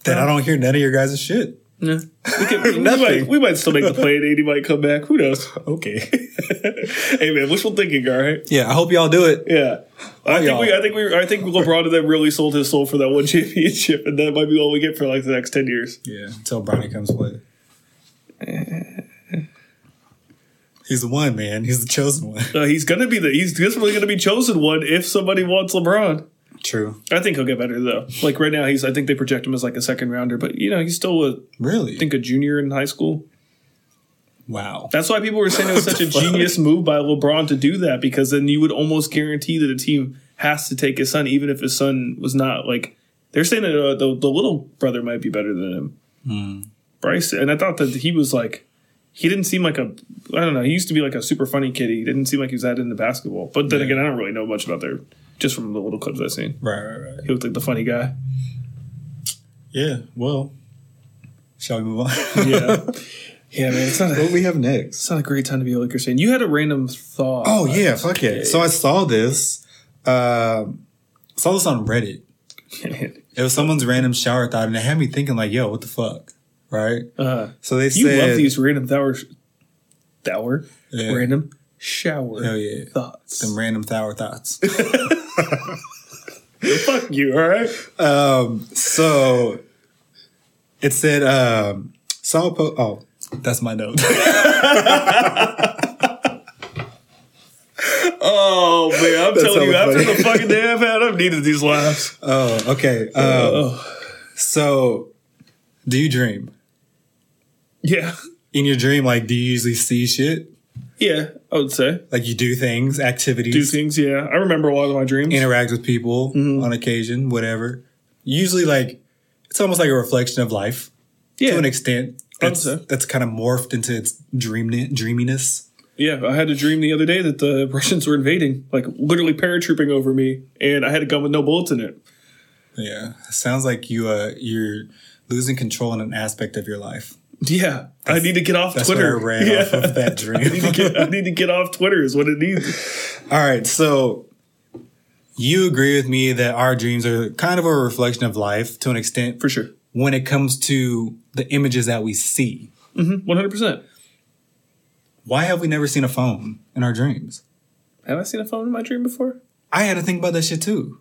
Speaker 5: that I don't hear none of your guys' shit.
Speaker 4: Yeah. We, could, we,
Speaker 5: Nothing.
Speaker 4: might, we might still make the play and Andy might come back. Who (laughs) knows?
Speaker 5: Okay.
Speaker 4: hey man, wishful thinking, all right?
Speaker 5: Yeah, I hope y'all do it.
Speaker 4: Yeah. I think
Speaker 5: y'all.
Speaker 4: we I think we I think LeBron and them really sold his soul for that one (laughs) championship, and that might be all we get for like the next ten years.
Speaker 5: Yeah, until Bronny comes play. He's the one, man. He's the chosen one.
Speaker 4: No, Uh, he's gonna be the he's definitely gonna be chosen one if somebody wants LeBron.
Speaker 5: True.
Speaker 4: I think he'll get better though. Like right now, he's I think they project him as like a second rounder, but you know he's still a, I
Speaker 5: Really?
Speaker 4: think a junior in high school.
Speaker 5: wow.
Speaker 4: That's why people were saying it was such a genius move by LeBron to do that because then you would almost guarantee that a team has to take his son, even if his son was not like they're saying that uh, the, the little brother might be better than him,
Speaker 5: Hmm.
Speaker 4: Bryce. And I thought that he was like he didn't seem like a I don't know he used to be like a super funny kid. He didn't seem like he was that into basketball. But then
Speaker 5: Yeah.
Speaker 4: again, I don't really know much about their just from the little clips I've seen.
Speaker 5: Right, right, right.
Speaker 4: He looked like the funny guy.
Speaker 5: Yeah, well, shall we move on? (laughs)
Speaker 4: Yeah. Yeah, man, it's not, a,
Speaker 5: do we have next?
Speaker 4: it's not a great time to be a Lakers fan. You had a random thought.
Speaker 5: Oh, yeah, fuck it. So I saw this. Um saw this on Reddit. It was someone's random shower thought, and it had me thinking, like, yo, what the fuck? Right?
Speaker 4: uh,
Speaker 5: So
Speaker 4: (laughs)
Speaker 5: they
Speaker 4: you
Speaker 5: said.
Speaker 4: love these random thower, thower,
Speaker 5: Yeah.
Speaker 4: random shower
Speaker 5: Hell yeah.
Speaker 4: thoughts.
Speaker 5: Some random sour thoughts. (laughs)
Speaker 4: Fuck you, all right?
Speaker 5: um, so it said, um, saw a po- oh, that's my note. (laughs)
Speaker 4: Oh man, I'm telling you,
Speaker 5: hella
Speaker 4: after
Speaker 5: funny.
Speaker 4: the fucking day I've had, I've needed these laughs.
Speaker 5: oh, okay. Um,
Speaker 4: Oh
Speaker 5: so do you dream?
Speaker 4: yeah,
Speaker 5: In your dream, like, do you usually see shit?
Speaker 4: yeah, I would say
Speaker 5: Like, you do things, activities,
Speaker 4: do things. Mm-hmm. Yeah, I remember a lot of my dreams.
Speaker 5: interact with people on occasion, whatever. Usually, like, it's almost like a reflection of life
Speaker 4: yeah,
Speaker 5: to an extent.
Speaker 4: I'd
Speaker 5: That's,
Speaker 4: say.
Speaker 5: that's kind of morphed into its dream dreaminess.
Speaker 4: yeah. I had a dream the other day that the (laughs) Russians were invading, like literally paratrooping over me, and I had a gun with no bullets in it.
Speaker 5: Yeah, sounds like you uh you're losing control in an aspect of your life.
Speaker 4: Yeah, I need to get off
Speaker 5: That's
Speaker 4: Twitter.
Speaker 5: what I ran
Speaker 4: (laughs) yeah.
Speaker 5: off of that
Speaker 4: I need to
Speaker 5: dream.
Speaker 4: get- I need to get off Twitter is what it (laughs) needs.
Speaker 5: (laughs) All right, so you agree with me that our dreams are kind of a reflection of life to an extent
Speaker 4: For sure.
Speaker 5: when it comes to the images that we see.
Speaker 4: Hmm, 100%.
Speaker 5: Why have we never seen a phone in our dreams?
Speaker 4: Have I seen a phone in my dream before?
Speaker 5: I had to think about that shit too.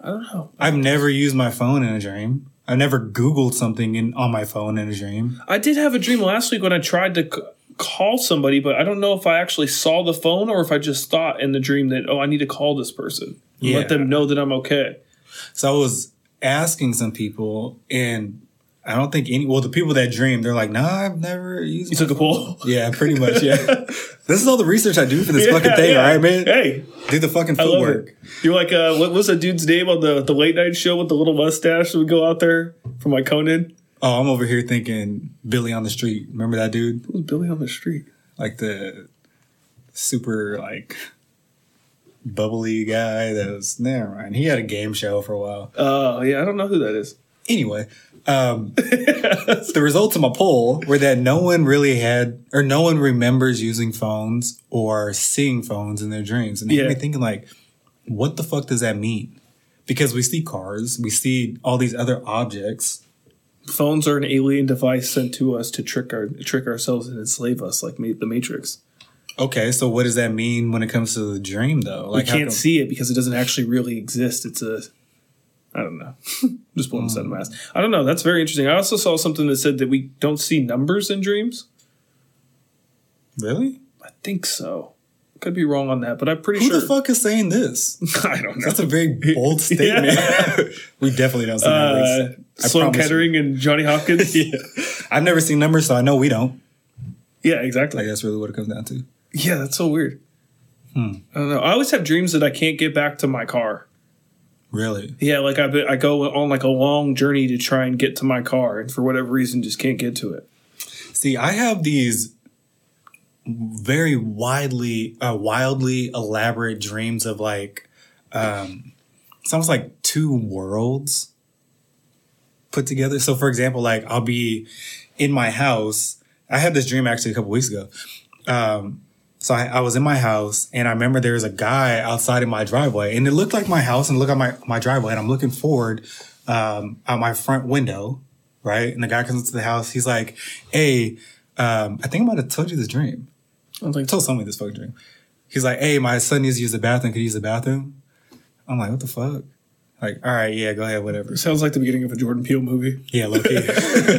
Speaker 4: I don't know.
Speaker 5: I've never used my phone in a dream. I've never Googled something in, on my phone in a dream.
Speaker 4: I did have a dream last week when I tried to c- call somebody, but I don't know if I actually saw the phone or if I just thought in the dream that, oh, I need to call this person. and
Speaker 5: Yeah.
Speaker 4: Let them know that I'm okay.
Speaker 5: So I was asking some people, and I don't think any, well, the people that dream, they're like, nah, I've never used
Speaker 4: You
Speaker 5: my
Speaker 4: took a
Speaker 5: (laughs)
Speaker 4: poll?
Speaker 5: Yeah, pretty much.
Speaker 4: (laughs)
Speaker 5: Yeah. this is all the research I do for this fucking thing, all right, man?
Speaker 4: Hey,
Speaker 5: Do the fucking
Speaker 4: I love
Speaker 5: footwork.
Speaker 4: it. You're like, uh, what was that dude's name on the, the late night show with the little mustache that would go out there from my Conan?
Speaker 5: Oh, I'm over here thinking Billy on the street. Remember that dude?
Speaker 4: It was Billy on the Street.
Speaker 5: Like the super like bubbly guy that was never mind. He had a game show for a while.
Speaker 4: Oh, yeah, I don't know who that is.
Speaker 5: Anyway,
Speaker 4: (laughs)
Speaker 5: um, the results of my poll were that no one really had or no one remembers using phones or seeing phones in their dreams. And it had
Speaker 4: Yeah.
Speaker 5: me thinking like, what the fuck does that mean? Because we see cars, we see all these other objects.
Speaker 4: Phones are an alien device sent to us to trick our trick ourselves and enslave us, like ma- the Matrix.
Speaker 5: Okay, so what does that mean when it comes to the dream though?
Speaker 4: We
Speaker 5: Like how
Speaker 4: can't
Speaker 5: come-
Speaker 4: see it because it doesn't actually really exist. It's a, I don't know, (laughs) just pulling this out of
Speaker 5: Hmm.
Speaker 4: my ass. I don't know. That's very interesting. I also saw something that said that we don't see numbers in dreams.
Speaker 5: really?
Speaker 4: I think so. Could be wrong on that, but I'm pretty
Speaker 5: Who
Speaker 4: sure.
Speaker 5: the fuck is saying this?
Speaker 4: (laughs) I don't know.
Speaker 5: That's a very bold statement.
Speaker 4: (laughs)
Speaker 5: we definitely don't see
Speaker 4: uh,
Speaker 5: numbers. (laughs) I
Speaker 4: Sloan
Speaker 5: promise you.
Speaker 4: Kettering and Johnny
Speaker 5: (laughs)
Speaker 4: Hopkins. yeah.
Speaker 5: I've never seen numbers, so I know we don't. Like
Speaker 4: exactly.
Speaker 5: that's really what it comes down to.
Speaker 4: Yeah, that's so weird.
Speaker 5: Hmm.
Speaker 4: I don't know. I always have dreams that I can't get back to my car.
Speaker 5: Really?
Speaker 4: Yeah, like I I go on like a long journey to try and get to my car, and for whatever reason, just can't get to it.
Speaker 5: See, I have these very widely, uh, wildly elaborate dreams of like, um, it's almost like two worlds put together. So, for example, like I'll be in my house. I had this dream actually a couple weeks ago. Um, so I, I was in my house and I remember there was a guy outside in my driveway and it looked like my house and look at my, my driveway and I'm looking forward um, out my front window right? And the guy comes to the house. He's like, "Hey, um, I think I might have told you this dream.
Speaker 4: I was
Speaker 5: I
Speaker 4: like,
Speaker 5: told someone this fucking dream." He's like, "Hey, my son needs to use the bathroom. Could he use the bathroom?" I'm like, "What the fuck?" Like, all right, yeah, go ahead,
Speaker 4: (laughs)
Speaker 5: whatever.
Speaker 4: sounds like the beginning of a Jordan Peele movie.
Speaker 5: Yeah, low key.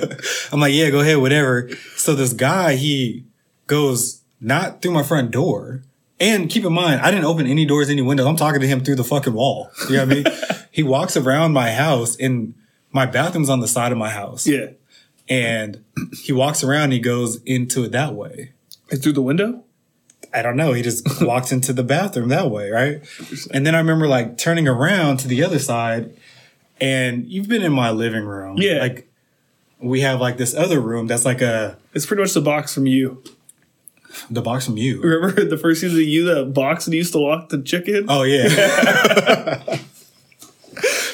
Speaker 5: (laughs) I'm like, yeah, go ahead, whatever. So this guy, he goes not through my front door. And keep in mind, I didn't open any doors, any windows. I'm talking to him through the fucking wall. You know what I
Speaker 4: (laughs)
Speaker 5: mean? he walks around my house and my bathroom's on the side of my house.
Speaker 4: Yeah,
Speaker 5: and he walks around and he goes into it that way
Speaker 4: it's through the window.
Speaker 5: i don't know
Speaker 4: (laughs)
Speaker 5: he just walks into the bathroom that way right and then i remember like turning around to the other side and you've been in my living room
Speaker 4: Yeah.
Speaker 5: like we have like this other room that's like a
Speaker 4: It's pretty much the box from you. (laughs)
Speaker 5: the box from you
Speaker 4: Remember in the first season of you, the box that used to lock the chicken? (laughs)
Speaker 5: oh yeah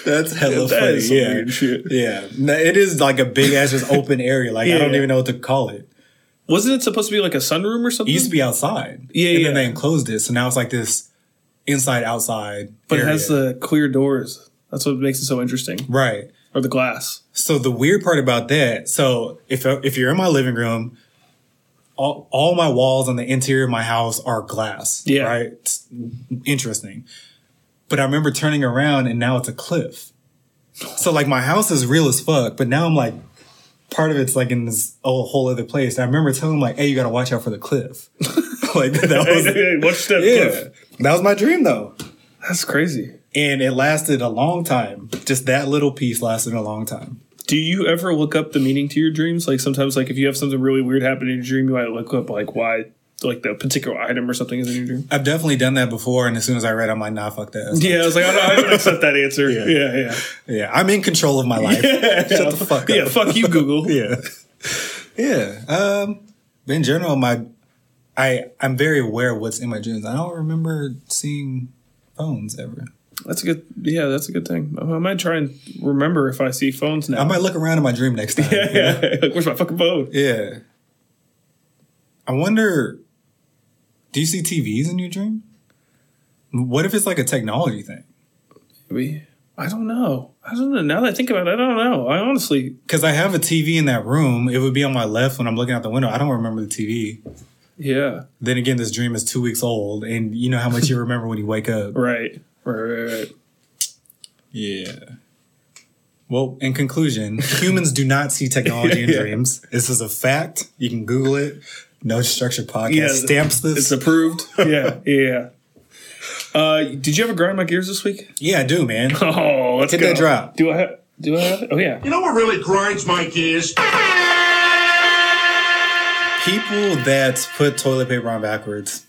Speaker 5: that's hella
Speaker 4: that
Speaker 5: funny
Speaker 4: is some
Speaker 5: yeah
Speaker 4: weird shit.
Speaker 5: yeah No, it is like a big ass just open area like i don't
Speaker 4: Yeah.
Speaker 5: even know what to call it
Speaker 4: Wasn't it supposed to be like a sunroom or something?
Speaker 5: It used to be outside.
Speaker 4: Yeah,
Speaker 5: And
Speaker 4: yeah.
Speaker 5: then they enclosed it. So now it's like this inside outside.
Speaker 4: but it
Speaker 5: area.
Speaker 4: has the clear doors. That's what makes it so interesting,
Speaker 5: Right.
Speaker 4: or the
Speaker 5: (laughs)
Speaker 4: glass.
Speaker 5: So the weird part about that, so if if you're in my living room, all, all my walls on the interior of my house are glass.
Speaker 4: Yeah.
Speaker 5: Right. It's interesting. But I remember turning around and now it's a cliff. So like my house is real as fuck, but now I'm like part of it's like in this whole whole other place. I remember telling him like, hey, you gotta watch out for the cliff. (laughs) like that
Speaker 4: Hey, (laughs)
Speaker 5: was
Speaker 4: hey, hey, watch that
Speaker 5: Yeah.
Speaker 4: cliff.
Speaker 5: That was my dream though.
Speaker 4: That's crazy.
Speaker 5: And it lasted a long time. Just that little piece lasted a long time.
Speaker 4: Do you ever look up the meaning to your dreams? Like sometimes, like if you have something really weird happen in your dream, you might look up like why, like the particular item or something is in your
Speaker 5: (laughs)
Speaker 4: dream.
Speaker 5: I've definitely done that before, and as soon as I read, I'm like, nah, fuck that.
Speaker 4: Yeah, I was like, I don't, I don't accept that answer. Yeah, yeah, yeah.
Speaker 5: Yeah, I'm in control of my life. (laughs) Shut the fuck up.
Speaker 4: Yeah, fuck you,
Speaker 5: (laughs)
Speaker 4: Google.
Speaker 5: yeah. Yeah. Um, but in general, my I I'm very aware of what's in my dreams. I don't remember seeing phones ever.
Speaker 4: That's a good. Yeah, that's a good thing. I might try and remember if I see phones now.
Speaker 5: I might look around in my dream next time. you know?
Speaker 4: yeah, like, (laughs) where's my fucking phone?
Speaker 5: Yeah. I wonder do you see TVs in your dream? What if it's like a technology thing?
Speaker 4: Maybe. I don't know. I don't know. Now that I think about it, I don't know. I honestly,
Speaker 5: Because I have a TV in that room. It would be on my left when I'm looking out the window. I don't remember the TV.
Speaker 4: yeah,
Speaker 5: Then again, this dream is two weeks old, and you know how much you remember when you
Speaker 4: (laughs)
Speaker 5: wake up.
Speaker 4: right, right, right, right.
Speaker 5: Yeah. Well, in conclusion, humans do not see technology
Speaker 4: (laughs)
Speaker 5: in
Speaker 4: Yeah.
Speaker 5: dreams. This is a fact. You can Google it. No structure podcast
Speaker 4: Yeah,
Speaker 5: stamps this.
Speaker 4: It's approved. (laughs) yeah, yeah. Uh, did you have a grind my gears this week?
Speaker 5: yeah, I do, man.
Speaker 4: (laughs) Oh, let's
Speaker 5: Hit
Speaker 4: go.
Speaker 5: that drop.
Speaker 4: Do I have? Do I have? Oh yeah.
Speaker 3: You know what really grinds my gears?
Speaker 5: People that put toilet paper on backwards.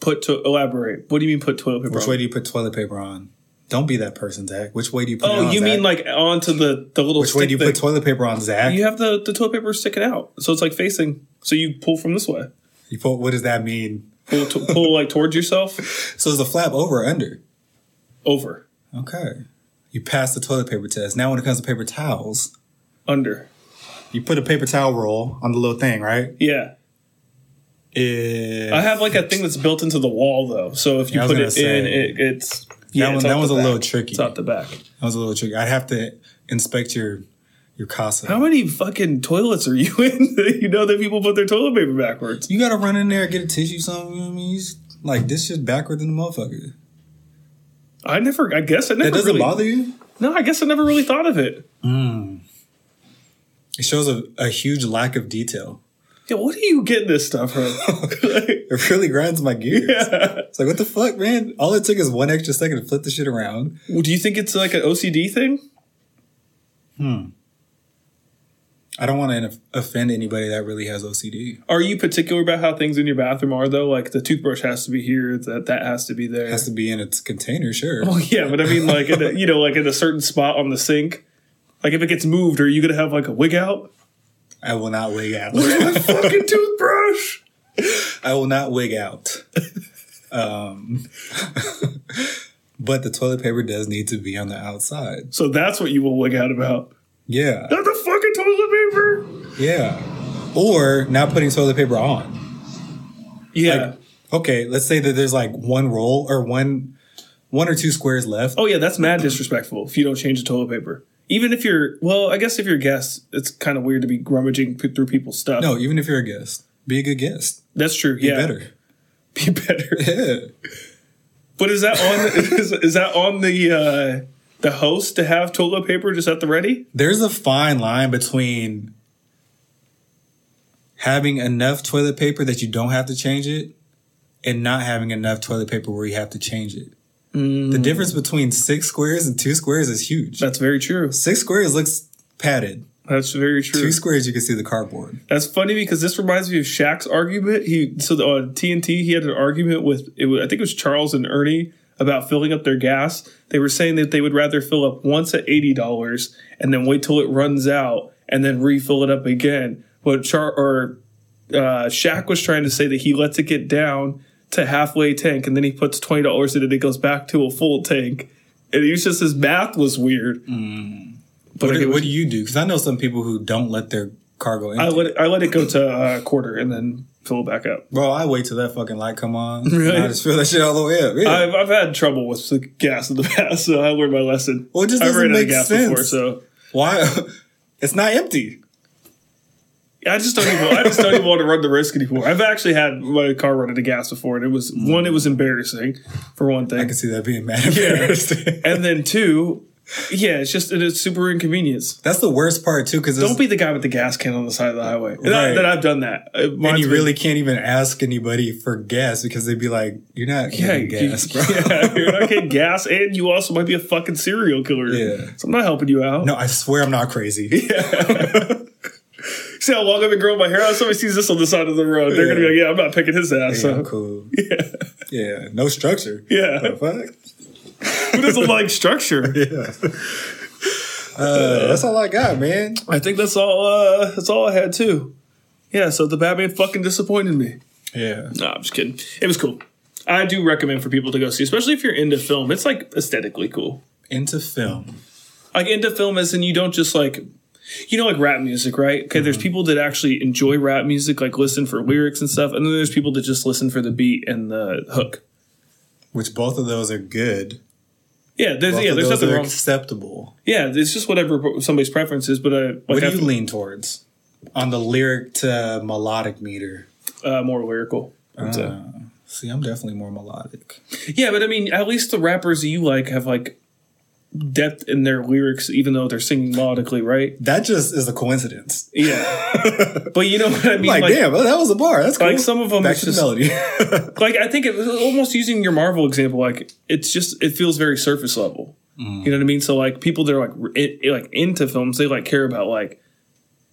Speaker 4: Put to elaborate. What do you mean? Put toilet paper?
Speaker 5: Which
Speaker 4: on?
Speaker 5: way do you put toilet paper on? Don't be that person, Zach. Which way do you put it on?
Speaker 4: oh, you
Speaker 5: Zach?
Speaker 4: mean like onto the the little
Speaker 5: which way do you
Speaker 4: stick
Speaker 5: put
Speaker 4: thing?
Speaker 5: toilet paper on, Zach?
Speaker 4: You have the the toilet paper sticking out, so it's like facing. So you pull from this way.
Speaker 5: You put what does that mean?
Speaker 4: Pull, to, pull like towards yourself.
Speaker 5: So is the flap over or under?
Speaker 4: Over.
Speaker 5: Okay. You pass the toilet paper test. Now when it comes to paper towels,
Speaker 4: Under.
Speaker 5: you put a paper towel roll on the little thing, right?
Speaker 4: Yeah.
Speaker 5: If,
Speaker 4: I have like a thing that's built into the wall though, so if you
Speaker 5: Yeah, I was
Speaker 4: put
Speaker 5: gonna
Speaker 4: it
Speaker 5: say.
Speaker 4: in, it, it's
Speaker 5: one-
Speaker 4: it's
Speaker 5: that
Speaker 4: out
Speaker 5: one's
Speaker 4: the
Speaker 5: a little
Speaker 4: back.
Speaker 5: tricky.
Speaker 4: It's out the back.
Speaker 5: that was a little tricky. I'd have to inspect your your casa.
Speaker 4: How many fucking toilets are you (laughs) in? that you know that people put their toilet paper backwards.
Speaker 5: you gotta run in there, get a tissue, something. You know what I mean? You just- like this shit backward than the motherfucker.
Speaker 4: I never. I guess I never.
Speaker 5: That doesn't
Speaker 4: really,
Speaker 5: bother you?
Speaker 4: No, I guess I never really thought of it.
Speaker 5: It shows a, a huge lack of detail. (laughs)
Speaker 4: Yeah, what do you get this stuff from? Like,
Speaker 5: It really grinds
Speaker 4: (laughs)
Speaker 5: my gears.
Speaker 4: yeah.
Speaker 5: It's like, what the fuck, man? All it took is one extra second to flip the shit around.
Speaker 4: Well, do you think it's like an OCD thing?
Speaker 5: I don't want to offend anybody that really has OCD.
Speaker 4: Are you particular about how things in your bathroom are though? Like the toothbrush has to be here, that that has to be there.
Speaker 5: It has to be in its container, sure.
Speaker 4: Well, Oh, yeah, but I mean, like, in a, you know, like in a certain spot on the sink. Like, if it gets moved, are you gonna have like a wig out?
Speaker 5: I will not wig out. (laughs)
Speaker 4: fucking toothbrush.
Speaker 5: I will not wig out. Um, (laughs) but the toilet paper does need to be on the outside.
Speaker 4: So that's what you will wig out about.
Speaker 5: Yeah,
Speaker 4: Not the fucking toilet paper.
Speaker 5: yeah. Or not putting toilet paper on.
Speaker 4: Yeah.
Speaker 5: Okay, let's say that there's like one roll or one, one or two squares left.
Speaker 4: oh yeah, that's mad disrespectful if you don't change the toilet paper. Even if you're, well, I guess if you're a guest, it's kind of weird to be rummaging p- through people's stuff.
Speaker 5: No, even if you're a guest, be a good guest.
Speaker 4: that's true.
Speaker 5: Be
Speaker 4: yeah,
Speaker 5: better.
Speaker 4: (laughs) Be better.
Speaker 5: (laughs) Yeah.
Speaker 4: But is that on? is, is that on the uh, the host to have toilet paper just at the ready?
Speaker 5: there's a fine line between having enough toilet paper that you don't have to change it and not having enough toilet paper where you have to change it.
Speaker 4: Mm.
Speaker 5: The difference between six squares and two squares is huge.
Speaker 4: That's very true.
Speaker 5: Six squares looks padded.
Speaker 4: That's very true.
Speaker 5: Two squares, you can see the cardboard.
Speaker 4: That's funny because this reminds me of Shaq's argument. He so the, on TNT he had an argument with it was, I think it was Charles and Ernie about filling up their gas. They were saying that they would rather fill up once at eighty dollars and then wait till it runs out and then refill it up again. But Char or uh, Shaq was trying to say that he lets it get down to halfway tank and then he puts twenty dollars in it and it goes back to a full tank. And he was just his math was weird. But Mm. it
Speaker 5: What, do,
Speaker 4: was-
Speaker 5: what do you do? Because I know some people who don't let their car go
Speaker 4: I
Speaker 5: empty.
Speaker 4: let it, I let it go to uh, a quarter and then fill it back up.
Speaker 5: Bro, I wait till that fucking light come on.
Speaker 4: Really?
Speaker 5: And I just fill that shit all the way up. Yeah.
Speaker 4: I've, I've had trouble with the gas in the (laughs) past, so I learned my lesson.
Speaker 5: Well, it just
Speaker 4: I've
Speaker 5: doesn't
Speaker 4: ran out of
Speaker 5: make
Speaker 4: gas
Speaker 5: sense.
Speaker 4: before, so
Speaker 5: Why? (laughs) it's not empty.
Speaker 4: I just don't even. I just don't even want to run the risk anymore. I've actually had my car run out of gas before, and it was one. It was embarrassing for one
Speaker 5: Hmm. I
Speaker 4: thing,
Speaker 5: can see that being mad. (laughs) Yeah.
Speaker 4: and then two, yeah, it's just it is super inconvenience.
Speaker 5: That's the worst part too, because
Speaker 4: Don't be the guy with the gas can on the side of the highway. And I-
Speaker 5: Right.
Speaker 4: that I've done that. Uh, It
Speaker 5: and
Speaker 4: reminds
Speaker 5: you
Speaker 4: me- (laughs)
Speaker 5: really can't even ask anybody for gas because they'd be like, "You're not
Speaker 4: Yeah,
Speaker 5: getting
Speaker 4: you- (laughs)
Speaker 5: gas, bro."
Speaker 4: yeah, you're not getting gas, and you also might be a fucking serial killer.
Speaker 5: Yeah.
Speaker 4: So I'm not helping you out.
Speaker 5: No, I swear I'm
Speaker 4: (laughs)
Speaker 5: not crazy.
Speaker 4: See how long I've been growing my hair out? Somebody sees this on the side of the road. They're going to be like, yeah, I'm not picking his ass.
Speaker 5: Yeah,
Speaker 4: so,
Speaker 5: I'm cool. Yeah, no structure.
Speaker 4: yeah.
Speaker 5: The fuck?
Speaker 4: Who doesn't like structure?
Speaker 5: Uh, that's all I got, man.
Speaker 4: I think that's all, uh, that's all I had too. Yeah, so the Batman fucking disappointed me.
Speaker 5: Yeah,
Speaker 4: No, I'm just kidding. It was cool. I do recommend for people to go see, especially if you're into film. It's like aesthetically cool.
Speaker 5: Into film.
Speaker 4: Like into film is, and you don't just like, you know, like rap music, right? Okay, there's people that actually enjoy rap music, like listen for lyrics and stuff, and then there's people that just listen for the beat and the hook.
Speaker 5: Which both of those are good.
Speaker 4: Yeah, there's
Speaker 5: Both
Speaker 4: yeah,
Speaker 5: of
Speaker 4: there's
Speaker 5: those
Speaker 4: nothing
Speaker 5: are
Speaker 4: wrong.
Speaker 5: acceptable.
Speaker 4: Yeah, it's just whatever somebody's preference is. But uh, like
Speaker 5: What do
Speaker 4: after-
Speaker 5: you lean towards? On the lyric to melodic meter.
Speaker 4: uh, more lyrical. I'd say.
Speaker 5: Uh, see, I'm definitely more melodic.
Speaker 4: Yeah, but I mean, at least the rappers you like have like depth in their lyrics, even though they're singing melodically, right?
Speaker 5: That just is a coincidence.
Speaker 4: Yeah,
Speaker 5: (laughs)
Speaker 4: but you know what I mean.
Speaker 5: Like, damn, that was a bar. That's cool.
Speaker 4: like some of them,
Speaker 5: Back
Speaker 4: it's
Speaker 5: to the
Speaker 4: just- (laughs)
Speaker 5: melody.
Speaker 4: like I think it was almost using your Marvel example, like it's just it feels very surface level.
Speaker 5: Mm.
Speaker 4: You know what I mean? So like people that are like r- it, it, like into films, they like care about like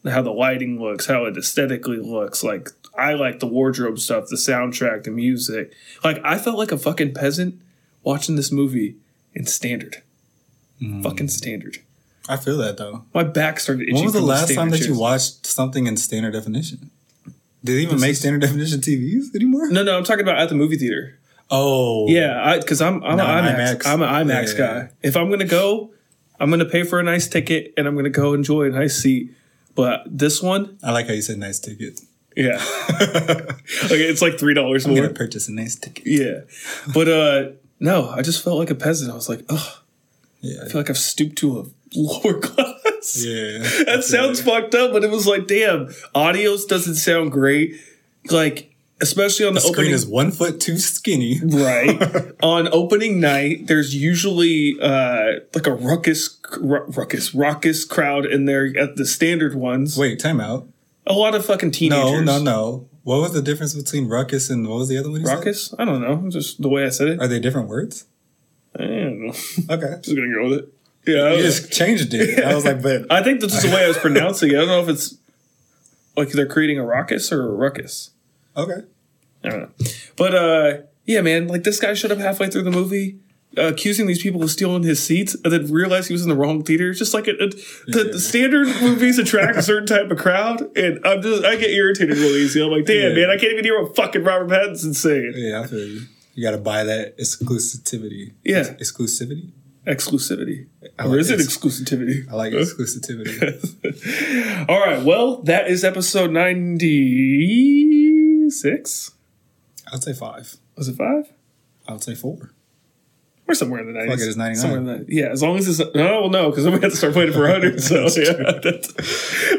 Speaker 4: how the lighting looks, how it aesthetically looks. Like I like the wardrobe stuff, the soundtrack, the music. Like I felt like a fucking peasant watching this movie in standard, fucking standard.
Speaker 5: I feel that though.
Speaker 4: My back started itching.
Speaker 5: Mm. When was the
Speaker 4: from
Speaker 5: last
Speaker 4: standard
Speaker 5: time that you
Speaker 4: chairs.
Speaker 5: watched something in standard definition? Did they even make standard definition TVs anymore?
Speaker 4: No, no, I'm talking about at the movie theater.
Speaker 5: Oh,
Speaker 4: Yeah, because I'm I'm
Speaker 5: No,
Speaker 4: an IMAX.
Speaker 5: IMAX.
Speaker 4: I'm an IMAX
Speaker 5: Yeah.
Speaker 4: guy. If I'm gonna go, I'm gonna pay for a nice ticket and I'm gonna go enjoy a nice seat. But this one,
Speaker 5: I like how you said nice ticket.
Speaker 4: yeah, (laughs) okay, it's like three dollars
Speaker 5: I'm
Speaker 4: more.
Speaker 5: gonna purchase a nice
Speaker 4: (laughs)
Speaker 5: ticket.
Speaker 4: Yeah, but uh no, I just felt like a peasant. I was like, oh,
Speaker 5: Yeah,
Speaker 4: I feel like I've stooped to a lower (laughs) class. (laughs)
Speaker 5: yeah.
Speaker 4: That sounds fucked up, but it was like, damn, audios doesn't sound great. Like, especially on the,
Speaker 5: The screen
Speaker 4: opening.
Speaker 5: is one foot too skinny. (laughs)
Speaker 4: Right. On opening night, there's usually uh, like a ruckus, ru- ruckus, raucous crowd in there at the standard ones.
Speaker 5: Wait, time out.
Speaker 4: A lot of fucking teenagers.
Speaker 5: No, no, no. What was the difference between ruckus and what was the other one? You said?
Speaker 4: Raucous? I don't know. Just the way I said it.
Speaker 5: Are they different
Speaker 4: (laughs)
Speaker 5: words?
Speaker 4: I don't know. (laughs) just
Speaker 5: Okay,
Speaker 4: gonna go with it. Yeah. I,
Speaker 5: you
Speaker 4: was-
Speaker 5: just changed it. I was like, but
Speaker 4: (laughs) I think that's just the way I was pronouncing it. I don't know if it's like they're creating a raucous or a ruckus.
Speaker 5: okay.
Speaker 4: I don't know. But uh, yeah, man, like this guy showed up halfway through the movie. uh, Accusing these people of stealing his seats, and then realized he was in the wrong theater. It's Just like it, it- the, the standard movies attract a certain type of crowd, and I'm just I get irritated really easy. I'm like, damn,
Speaker 5: Yeah.
Speaker 4: man, I can't even hear what fucking Robert Pattinson's saying.
Speaker 5: Yeah, I feel you. You gotta buy that exclusivity.
Speaker 4: Yeah.
Speaker 5: exclusivity.
Speaker 4: Exclusivity,
Speaker 5: I
Speaker 4: or
Speaker 5: like
Speaker 4: is it
Speaker 5: ex-
Speaker 4: exclusivity?
Speaker 5: I like exclusivity.
Speaker 4: (laughs) All right, well, that is episode ninety six.
Speaker 5: I'd say five.
Speaker 4: Was it five?
Speaker 5: I'd say four.
Speaker 4: We're somewhere in the nineties.
Speaker 5: it, it's 99.
Speaker 4: Somewhere in the yeah. As long as it's no, well, no, because then we have to start waiting for hundred.
Speaker 5: (laughs)
Speaker 4: So yeah, that's-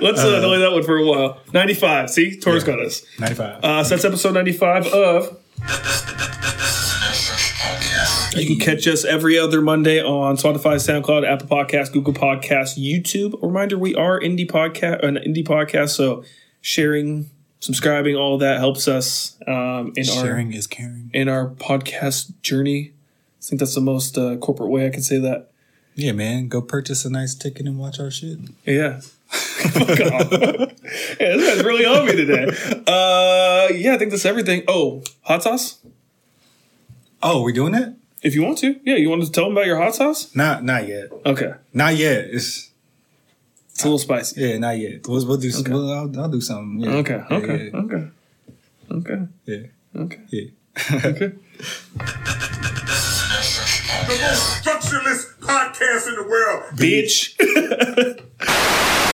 Speaker 4: let's uh, delay that one for a while. Ninety five. See, Torres
Speaker 5: Yeah.
Speaker 4: got us.
Speaker 5: Ninety-five.
Speaker 4: Uh, so that's episode ninety five of. You can catch us every other Monday on Spotify, SoundCloud, Apple Podcasts, Google Podcasts, YouTube. A reminder: we are indie podcast, an indie podcast. So sharing, subscribing, all that helps us um, in our
Speaker 5: Sharing is caring.
Speaker 4: in our podcast journey. I think that's the most uh, corporate way I can say that.
Speaker 5: Yeah, man. Go purchase a nice ticket and watch our shit.
Speaker 4: Yeah. Fuck
Speaker 5: (laughs)
Speaker 4: off. yeah, this guy's really on me today. Uh, yeah, I think that's everything. Oh, hot sauce?
Speaker 5: Oh, we doing it?
Speaker 4: If you want to. Yeah, you want to tell them about your hot sauce?
Speaker 5: Not, not yet.
Speaker 4: Okay.
Speaker 5: Not yet. It's
Speaker 4: It's a little spicy.
Speaker 5: yeah, not yet. We'll, we'll do.
Speaker 4: Okay.
Speaker 5: We'll, I'll, I'll do something. Yeah.
Speaker 4: Okay,
Speaker 5: Yeah,
Speaker 4: okay,
Speaker 5: Yeah.
Speaker 4: okay. Okay,
Speaker 5: yeah,
Speaker 4: okay.
Speaker 5: yeah.
Speaker 4: Okay.
Speaker 3: The most structureless podcast in the world.
Speaker 4: Bitch.